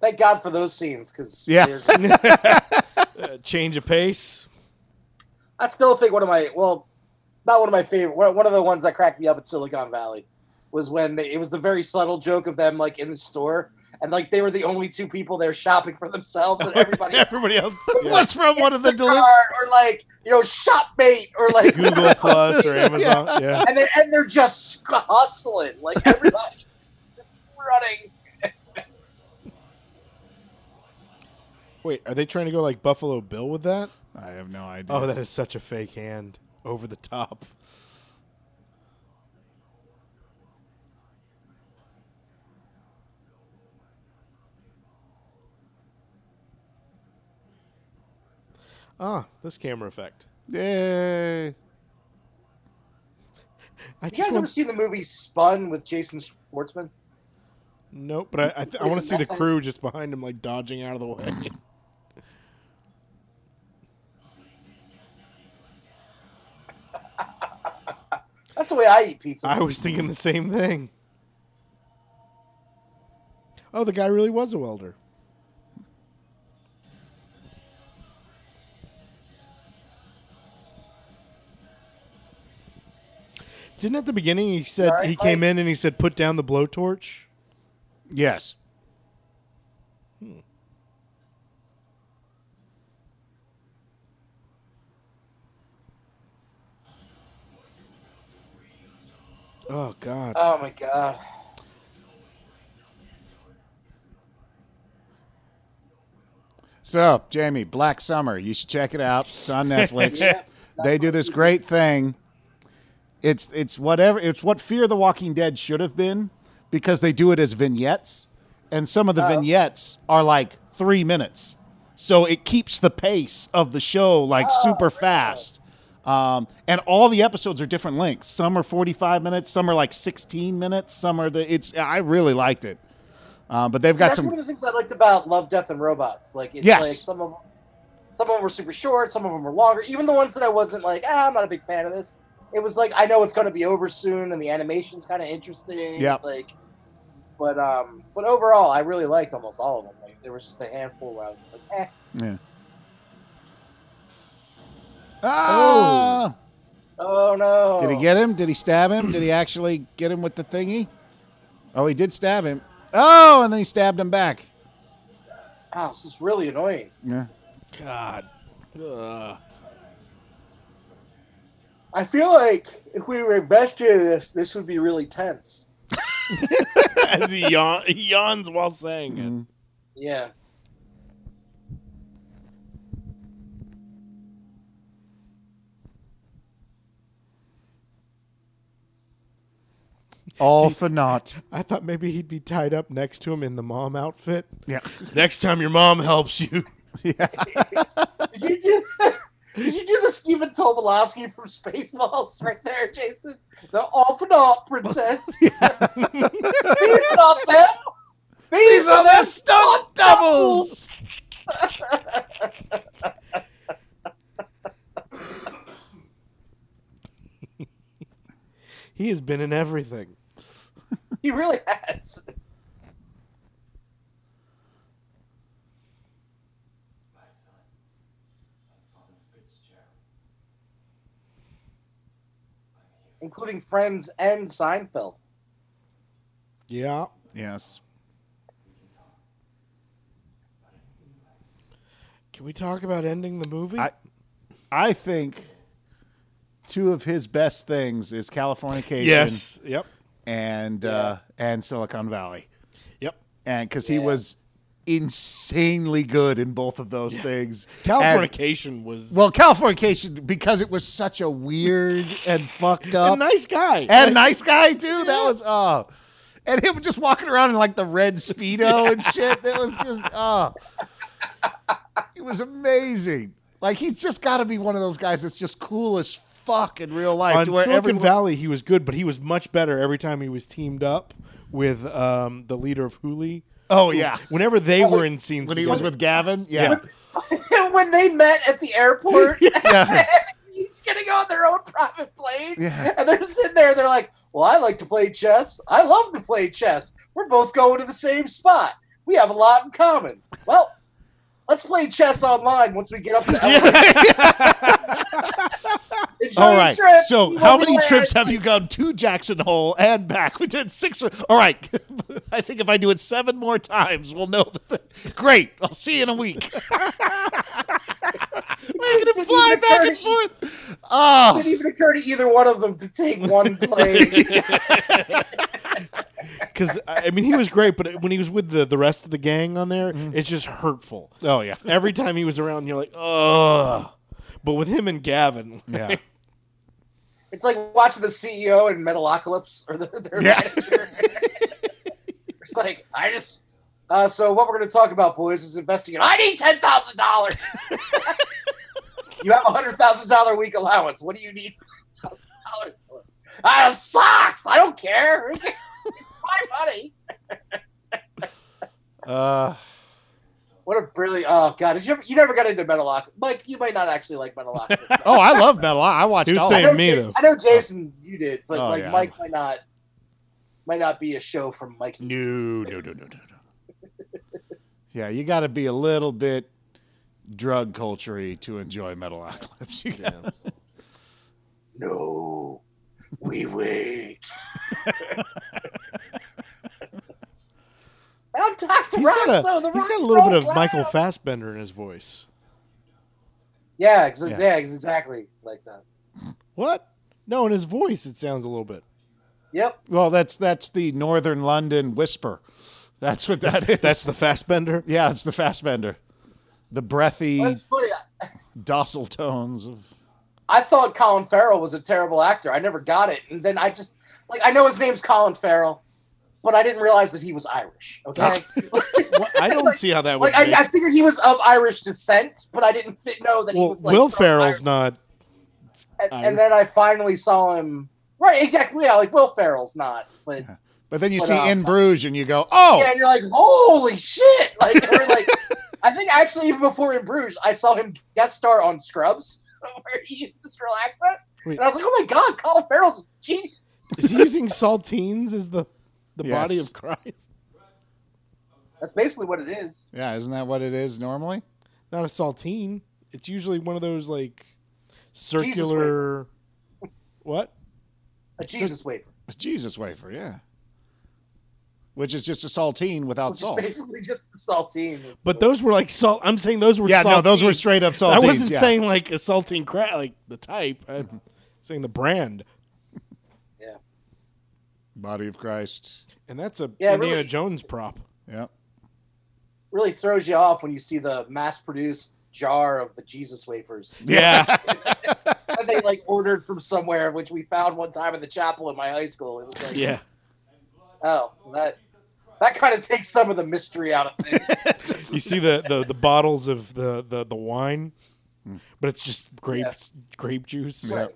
Thank God for those scenes because Yeah. Uh, change of pace. I still think one of my well, not one of my favorite. One one of the ones that cracked me up at Silicon Valley was when they, it was the very subtle joke of them like in the store and like they were the only two people there shopping for themselves and everybody Everybody else. It was from one of the deli- card or like you know shopmate or like Google Plus or Amazon. Yeah. and they're and they're just sc- hustling like everybody running. Wait, are they trying to go like Buffalo Bill with that? I have no idea. Oh, that is such a fake hand. Over the top. Ah, this camera effect. Yay. I You guys just ever want, seen the movie Spun with Jason Schwartzman? nope, but I I, th- I want to Isn't see the that- crew just behind him, like dodging out of the way. That's the way I eat pizza. I was thinking the same thing. Oh, the guy really was a welder. Didn't at the beginning he said alright, he came Mike? in and he said put down the blowtorch? Yes. Oh God! oh my god. So, Jamie, Black Summer, you should check it out. It's on Netflix. Yeah. They do this great thing. It's it's whatever it's what Fear the Walking Dead should have been because they do it as vignettes and some of the vignettes are like 3 minutes. So it keeps the pace of the show like Oh, super fast. Um, and all the episodes are different lengths. Some are 45 minutes, some are like 16 minutes, some are the it's I really liked it. Uh, but they've got That's some one of the things I liked about Love, Death, and Robots. Like, it's Yes. like some of some of them were super short, some of them were longer. Even the ones that I wasn't like, ah, I'm not a big fan of this. It was like I know it's going to be over soon, and the animation's kind of interesting. Yep. Like, but um, but overall, I really liked almost all of them. Like, there was just a handful where I was like, eh. Yeah. Ah! Oh no! Did he get him? Did he stab him? Did he actually get him with the thingy? Oh, he did stab him. Oh, and then he stabbed him back. Wow, this is really annoying. Yeah. God! Ugh. I feel like if we were invested in this, this would be really tense. As he, yawn, he yawns while saying it. Yeah. All for naught. I thought maybe he'd be tied up next to him in the mom outfit. Yeah. Next time your mom helps you. Did you do? Did you do the Stephen Tobolowsky from Spaceballs right there, Jason? The all for naught, princess. These are not them. These, are their stunt doubles. He has been in everything. He really has. My son. I'm Father Fitzgerald. including Friends and Seinfeld. Yeah. Yes. Can we talk about ending the movie? I- I think two of his best things is Californication yes. Yep. and uh, and Silicon Valley. Yep. And cuz he Yeah. was insanely good in both of those things. And- Californication was well, Californication because it was such a weird and fucked up a nice guy. and nice guy too. That was oh, and him just walking around in like the red speedo and shit. That was just oh, it was amazing. Like he's just got to be one of those guys that's just cool as fuck in real life. on to where Silicon everyone- Valley, he was good, but he was much better every time he was teamed up with um, the leader of Huli. Oh yeah, Whenever they were in scenes when he was together. with Gavin. Yeah, when they met at the airport, Yeah. he's getting on their own private plane, Yeah. and they're sitting there. They're like, "Well, I like to play chess. I love to play chess. We're both going to the same spot. We have a lot in common. Well, let's play chess online once we get up to LA." Enjoy All your right. trip. So, You how won't be many late. trips have you gone to Jackson Hole and back? We did six. All right. I think if I do it seven more times, we'll know. that- Great. I'll see you in a week. We're didn't gonna fly even back occur and to forth. Oh, It didn't even occur to either one of them to take one plane. because I mean he was great, but when he was with the, the rest of the gang on there, it's just hurtful. Mm-hmm. oh yeah, Every time he was around, you're like, ugh. But with him and Gavin, yeah. It's like watching the CEO in Metalocalypse or the, their Yeah. manager. it's like I just. Uh, so what we're going to talk about, boys, is investing. in I need ten thousand dollars. you have a hundred thousand dollar week allowance. What do you need thousand dollars for? Uh, socks. I don't care. It's My money. Uh, What a brilliant! Oh God, did you ever, you never got into Metalocalypse, Mike? You might not actually like Metalocalypse. oh, I love metal. I I watched He was all. saying- of I it. know, me, Oh. Jason, though. I know Jason, you did, but Oh, like yeah. Mike might not might not be a show from Mikey. No, no, no, no, no, no. Yeah, you got to be a little bit drug culturey to enjoy Metalocalypse. You gotta- No, we wait. I'm Dr. he's got a, Roxo, the he's rock got a little and bit roll of Michael clown. Fassbender in his voice. Yeah, ex- yeah. Yeah. ex- exactly like that. What? No, in his voice, it sounds a little bit. Yep. Well, that's that's the Northern London whisper. That's what that is. That's the Fassbender. yeah, it's the Fassbender, the breathy, That's funny. I, docile tones of. I thought Colin Farrell was a terrible actor. I never got it, and then I just like I know his name's Colin Farrell, but I didn't realize that he was Irish. Okay. What? I don't see how that would. Like I, make- I figured he was of Irish descent, but I didn't fit, know that he well, was like Will from Ferrell's not. Ireland. And, Irish. and then I finally saw him. Right, exactly. Yeah, like Will Ferrell's not, but But then you But, see uh, in Bruges and you go, oh, yeah, and you're like, holy shit! Like, we're like, I think actually even before in Bruges, I saw him guest star on Scrubs, where he used his real accent, Wait. and I was like, oh my god, Colin Farrell's a genius. Is he using saltines as the the Yes. body of Christ? That's basically what it is. yeah, isn't that what it is normally? Not a saltine. It's usually one of those like wafer. circular. What? A Jesus wafer. It's Jesus wafer, yeah. Which is just a saltine without It's salt. basically just the saltine. It's But like- those were like salt. I'm saying those were Yeah, no, those were saltines. straight up I saltines, wasn't yeah. saying like a saltine crap, like the type. I'm saying the brand, yeah. Body of Christ. and that's a Yeah, Indiana really. Jones prop. Yeah. really throws you off when you see the mass-produced jar of the Jesus wafers Yeah, that they like ordered from somewhere, which we found one time in the chapel in my high school. It was like, yeah. oh, that that kind of takes some of the mystery out of things. You see the, the, the bottles of the, the, the wine, but it's just grape grape juice. Hmm. Yeah.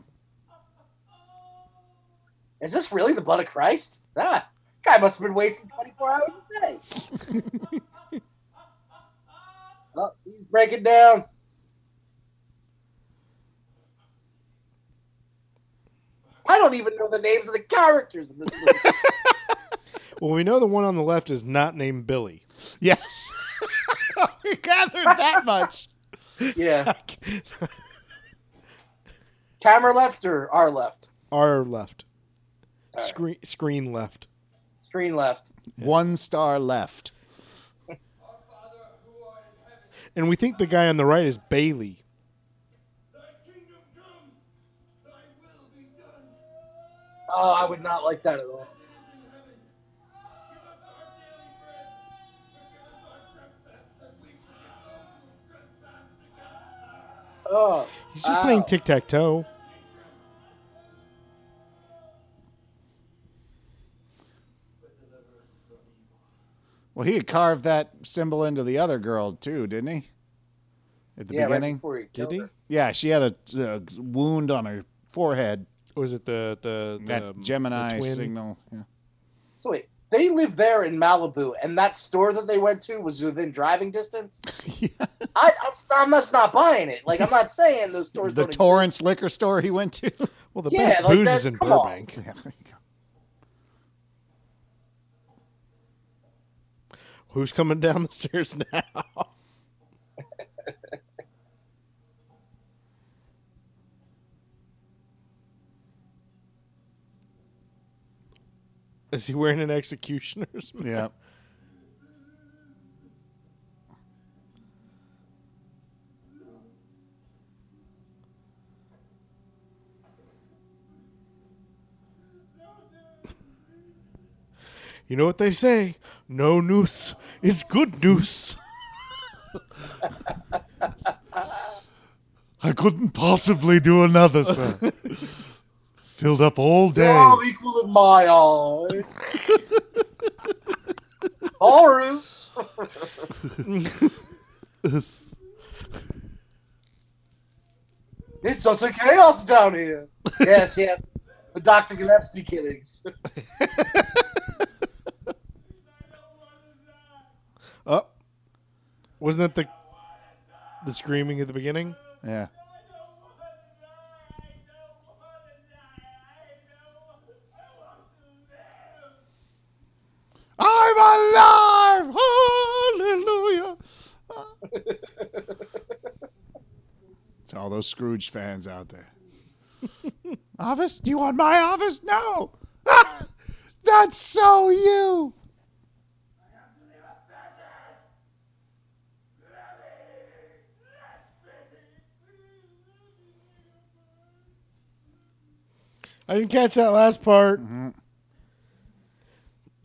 Is this really the blood of Christ? Ah, guy must have been wasting 24 hours a day. oh, he's breaking down. I don't even know the names of the characters in this movie. Well, we know the one on the left is not named Billy. Yes. we gathered that much. yeah. Camera left or our left? Our left, All right. screen screen left. screen left. One star left. Our Father who art in heaven, And we think the guy on the right is Bailey. thy kingdom come, thy will be done. Oh, I would not like that at all. Give us our daily bread. Forgive us our trespasses as we forgive those who trespass against us. Oh, He's just playing Wow. tic tac toe. Well, he had carved that symbol into the other girl too, didn't he? At the yeah, right beginning. before he Did killed he? her. yeah, she had a, a wound on her forehead. Or was it the the, the That um, the Gemini twin? signal. Yeah. So wait, they live there in Malibu, and that store that they went to was within driving distance. I, I'm, s- I'm just not buying it. Like I'm not saying those stores. The don't Torrance Exist. liquor store he went to. Well, the Yeah, best like booze that's- is in come on. Burbank. Yeah, there you go. Who's coming down the stairs now? Is he wearing an executioner's? mask? Yeah. You know what they say? No noose is good noose. I couldn't possibly do another, sir. Filled up all day. They're all equal in my eyes. Horus. It's utter chaos down here. Yes, yes. The Dr. Gillespie killings. Oh, wasn't that the the screaming at the beginning? Yeah. I'm alive! Hallelujah! to all those Scrooge fans out there. Office? Do you want my office? No! Ah, That's Oh, so you! I didn't catch that last part.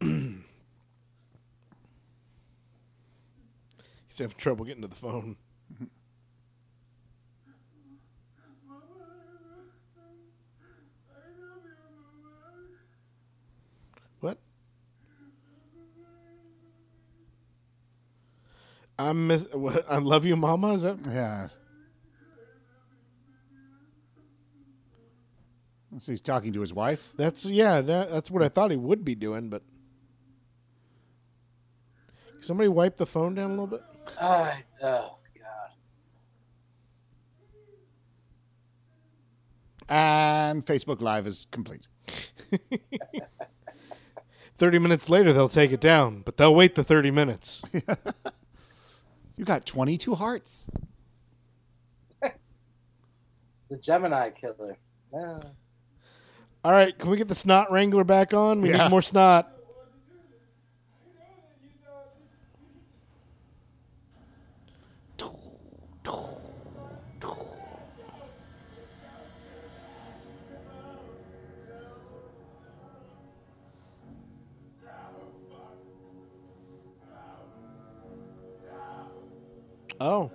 He's having trouble getting to the phone. What? I miss. What, I love you, Mama. Is that? Yeah. So he's talking to his wife. That's yeah. That, that's what I thought he would be doing, but somebody wipe the phone down a little bit. I- oh, God. And Facebook Live is complete. Thirty minutes later, they'll take it down, but they'll wait the thirty minutes. You got 22 hearts. It's the Gemini killer. Ah. All right, can we get the snot wrangler back on? We Yeah. need more snot. Oh,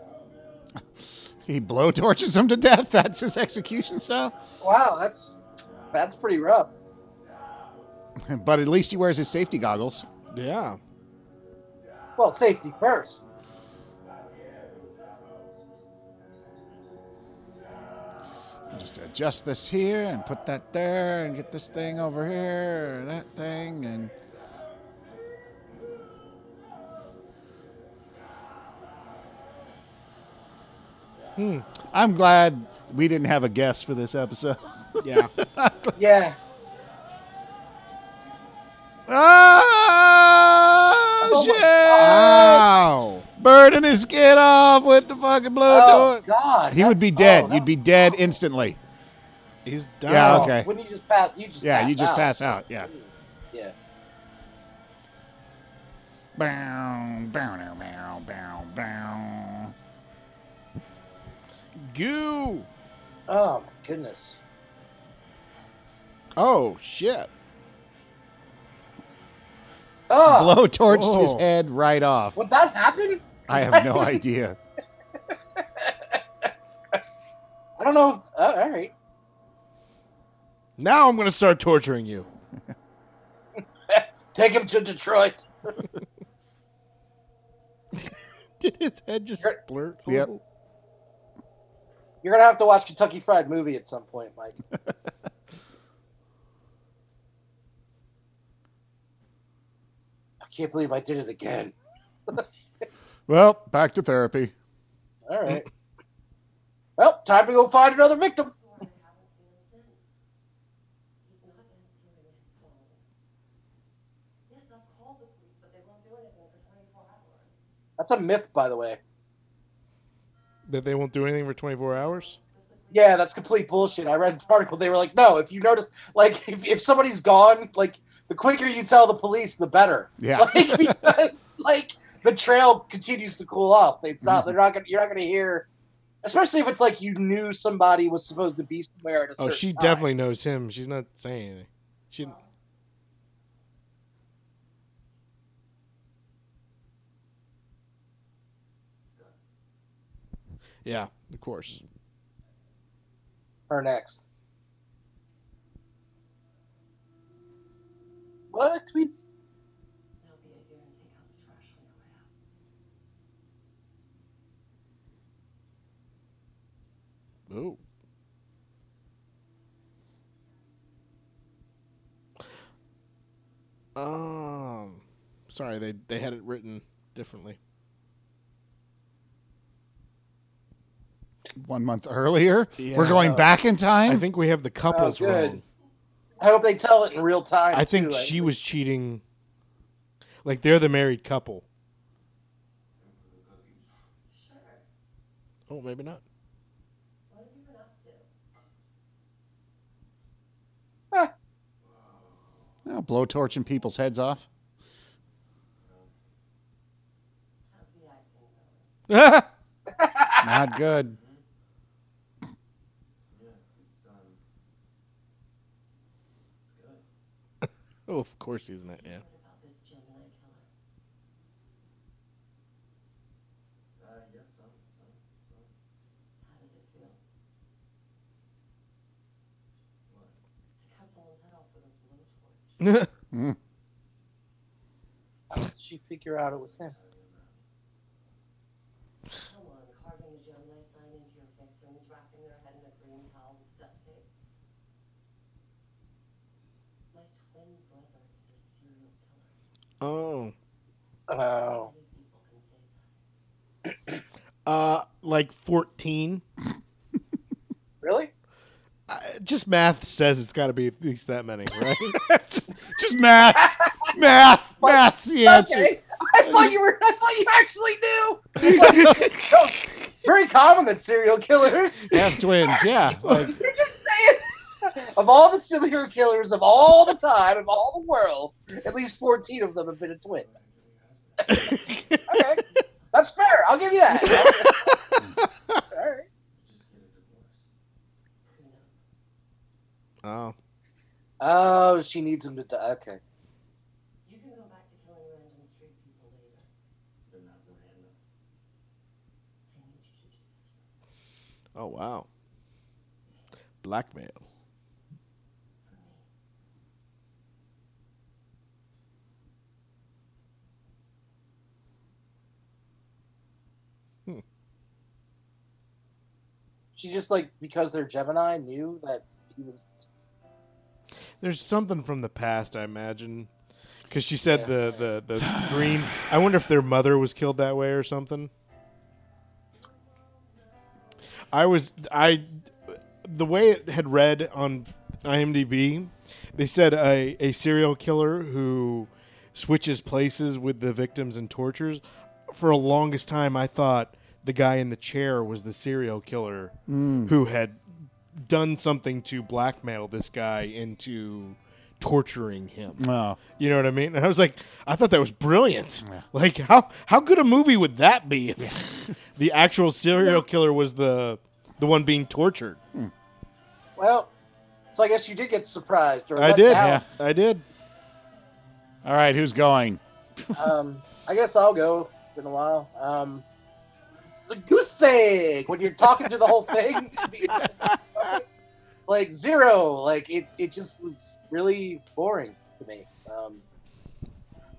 He blowtorches him to death. That's his execution style. Wow, that's that's pretty rough. But at least he wears his safety goggles. yeah. Well, safety first. Just adjust this here and put that there and get this thing over here and that thing and Hmm. I'm glad we didn't have a guest for this episode. Yeah. Yeah. oh Ah, Oh my shit! Wow. Burning his skin off with the fucking Oh, blowtorch. God. he would that's- be dead. oh, that- You'd be dead instantly. He's Yeah, down. okay. Wouldn't you just pass? You just Yeah, pass you just out. pass out. Yeah. Yeah. Bow, bow, now, bow, bow, bow. Goo. Oh my goodness. Oh shit. Oh, Blow torched his Oh. head right off. would that happen? I have no idea. I don't know. If, oh, all right. Now I'm gonna start torturing you. Take him to Detroit. Did his head just You're- splurt? a Yep. little? You're gonna have to watch Kentucky Fried Movie at some point, Mike. I can't believe I did it again. Well, back to therapy. All right. Well, time to go find another victim. Sworn I haven't seen him since. He's not answering his phone. Yes, I've called the police, but they won't do anything for 24 hours. That's a myth, by the way. That they won't do anything for 24 hours. Yeah, that's complete bullshit. I read an article. They were like, no, if you notice, like, if, if somebody's gone, like, the quicker you tell the police, the better. Yeah. Like, because, like, the trail continues to cool off. It's Mm-hmm. not, they're not gonna, you're not gonna hear, especially if it's like you knew somebody was supposed to be somewhere at a Oh, certain she time. definitely knows him. She's not saying anything. She. Yeah, of course. Her next. What? Tweets? Now be here and take out the trash when you're out. Oh. Um, sorry, they they had it written differently. One month earlier, we're Yeah. going back in time. I think we have the couples good. wrong. I hope they tell it in real time. I think too. she was cheating. Like they're the married couple. Oh, maybe not. What have you been up to? oh, blow torching people's heads off. How's the acting going? Not good. oh, of course he's not. Yeah. What about this Gemini killer? Uh, yes, some, some. How does it feel? To cut someone's head off with a blowtorch. How did she figure out it was him? Come on, carving a Gemini sign into your victims, wrapping their head in a green towel with duct tape. My twin brother is a serial killer. Oh. Oh. Only people can say that. Uh, like fourteen. Really? Uh, just math says it's got to be at least that many, right? just, just math, math, math. The answer. Okay. I thought you were. I thought you actually knew. Very common that serial killers. Half twins. Yeah. Like, You're just saying. Of all the serial killers of all the time, of all the world, at least 14 of them have been a twin. okay. That's fair. I'll give you that. all right. oh. Oh, she needs him to die. Okay. You can go back to killing random street people later. They're not random. I need you to do this. Oh wow. Blackmail. She just, like, because they're Gemini, knew that he was. There's something from the past, I imagine, because she said the, the the green. I wonder if their mother was killed that way or something. I was I, the way it had read on IMDb, they said a, a serial killer who switches places with the victims and tortures. For a longest time, I thought the guy in the chair was the serial killer who had done something to blackmail this guy into torturing him. Oh. You know what I mean? And I was like, I thought that was brilliant. Like how how good a movie would that be if the actual serial killer was the the one being tortured? Well, so I guess you did get surprised. Or I let did. down. I did. All right, who's going? Um, I guess I'll go. It's been a while. Um, the goose egg. When you're talking through the whole thing, like zero. Like it, it just was really boring to me. Um,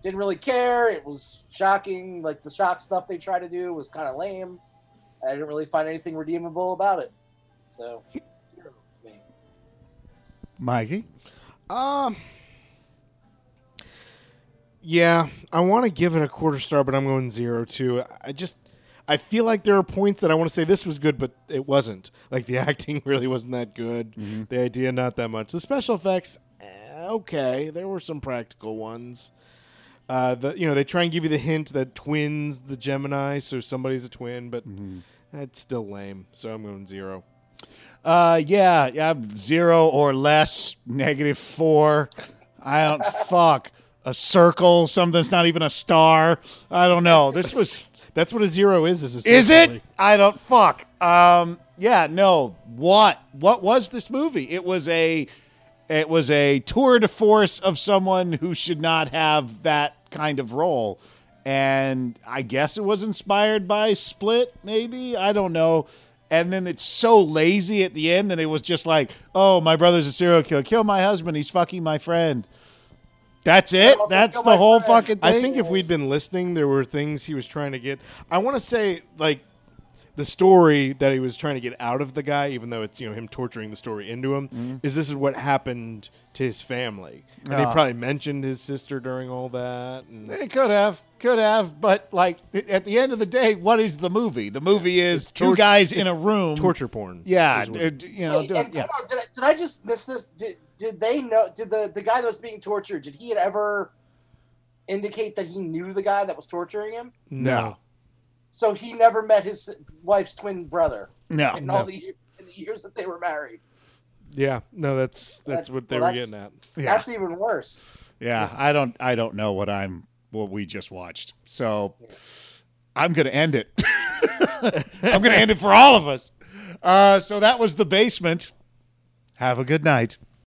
didn't really care. It was shocking. Like the shock stuff they tried to do was kind of lame. I didn't really find anything redeemable about it. So, zero for me. Mikey? Um. Yeah, I want to give it a quarter star, but I'm going zero too. I just, I feel like there are points that I want to say this was good, but it wasn't. Like the acting really wasn't that good. The idea not that much. The special effects, eh, okay, there were some practical ones. Uh, the you know they try and give you the hint that twins the Gemini, so somebody's a twin, but that's still lame. So I'm going zero. Uh, yeah, yeah, I'm zero or less, negative four. I don't fuck a circle, something that's not even a star. I don't know. This was That's what a zero is. Is is essentially. it? I don't fuck. Um, yeah, no. What? What was this movie? It was a, it was a tour de force of someone who should not have that kind of role, and I guess it was inspired by Split. Maybe I don't know. And then it's so lazy at the end that it was just like, oh, my brother's a serial killer. Kill my husband. He's fucking my friend. That's it. also That's kill the my whole friend. fucking thing. I think if we'd been listening, there were things he was trying to get. I want to say like the story that he was trying to get out of the guy, even though it's you know him torturing the story into him, is this is what happened to his family, and he Mm-hmm. Ah. Uh, probably mentioned his sister during all that. And They Eh, could have, could have, but like at the end of the day, what is the movie? The movie is two tort- guys in a room. torture porn. Yeah, is what- d- d- you know, Wait, do, and yeah. hold on, did, I, did I just miss this? Did, did they know? Did the, the guy that was being tortured? Did he ever indicate that he knew the guy that was torturing him? no. So he never met his wife's twin brother No, in no. all the, year- in the years that they were married. Yeah. No. That's that's what they Well, were that's- getting at. Yeah. That's even worse. yeah. I don't, I don't know what I'm, what we just watched. So I'm gonna end it. I'm gonna end it for all of us. Uh, so that was the basement. Have a good night.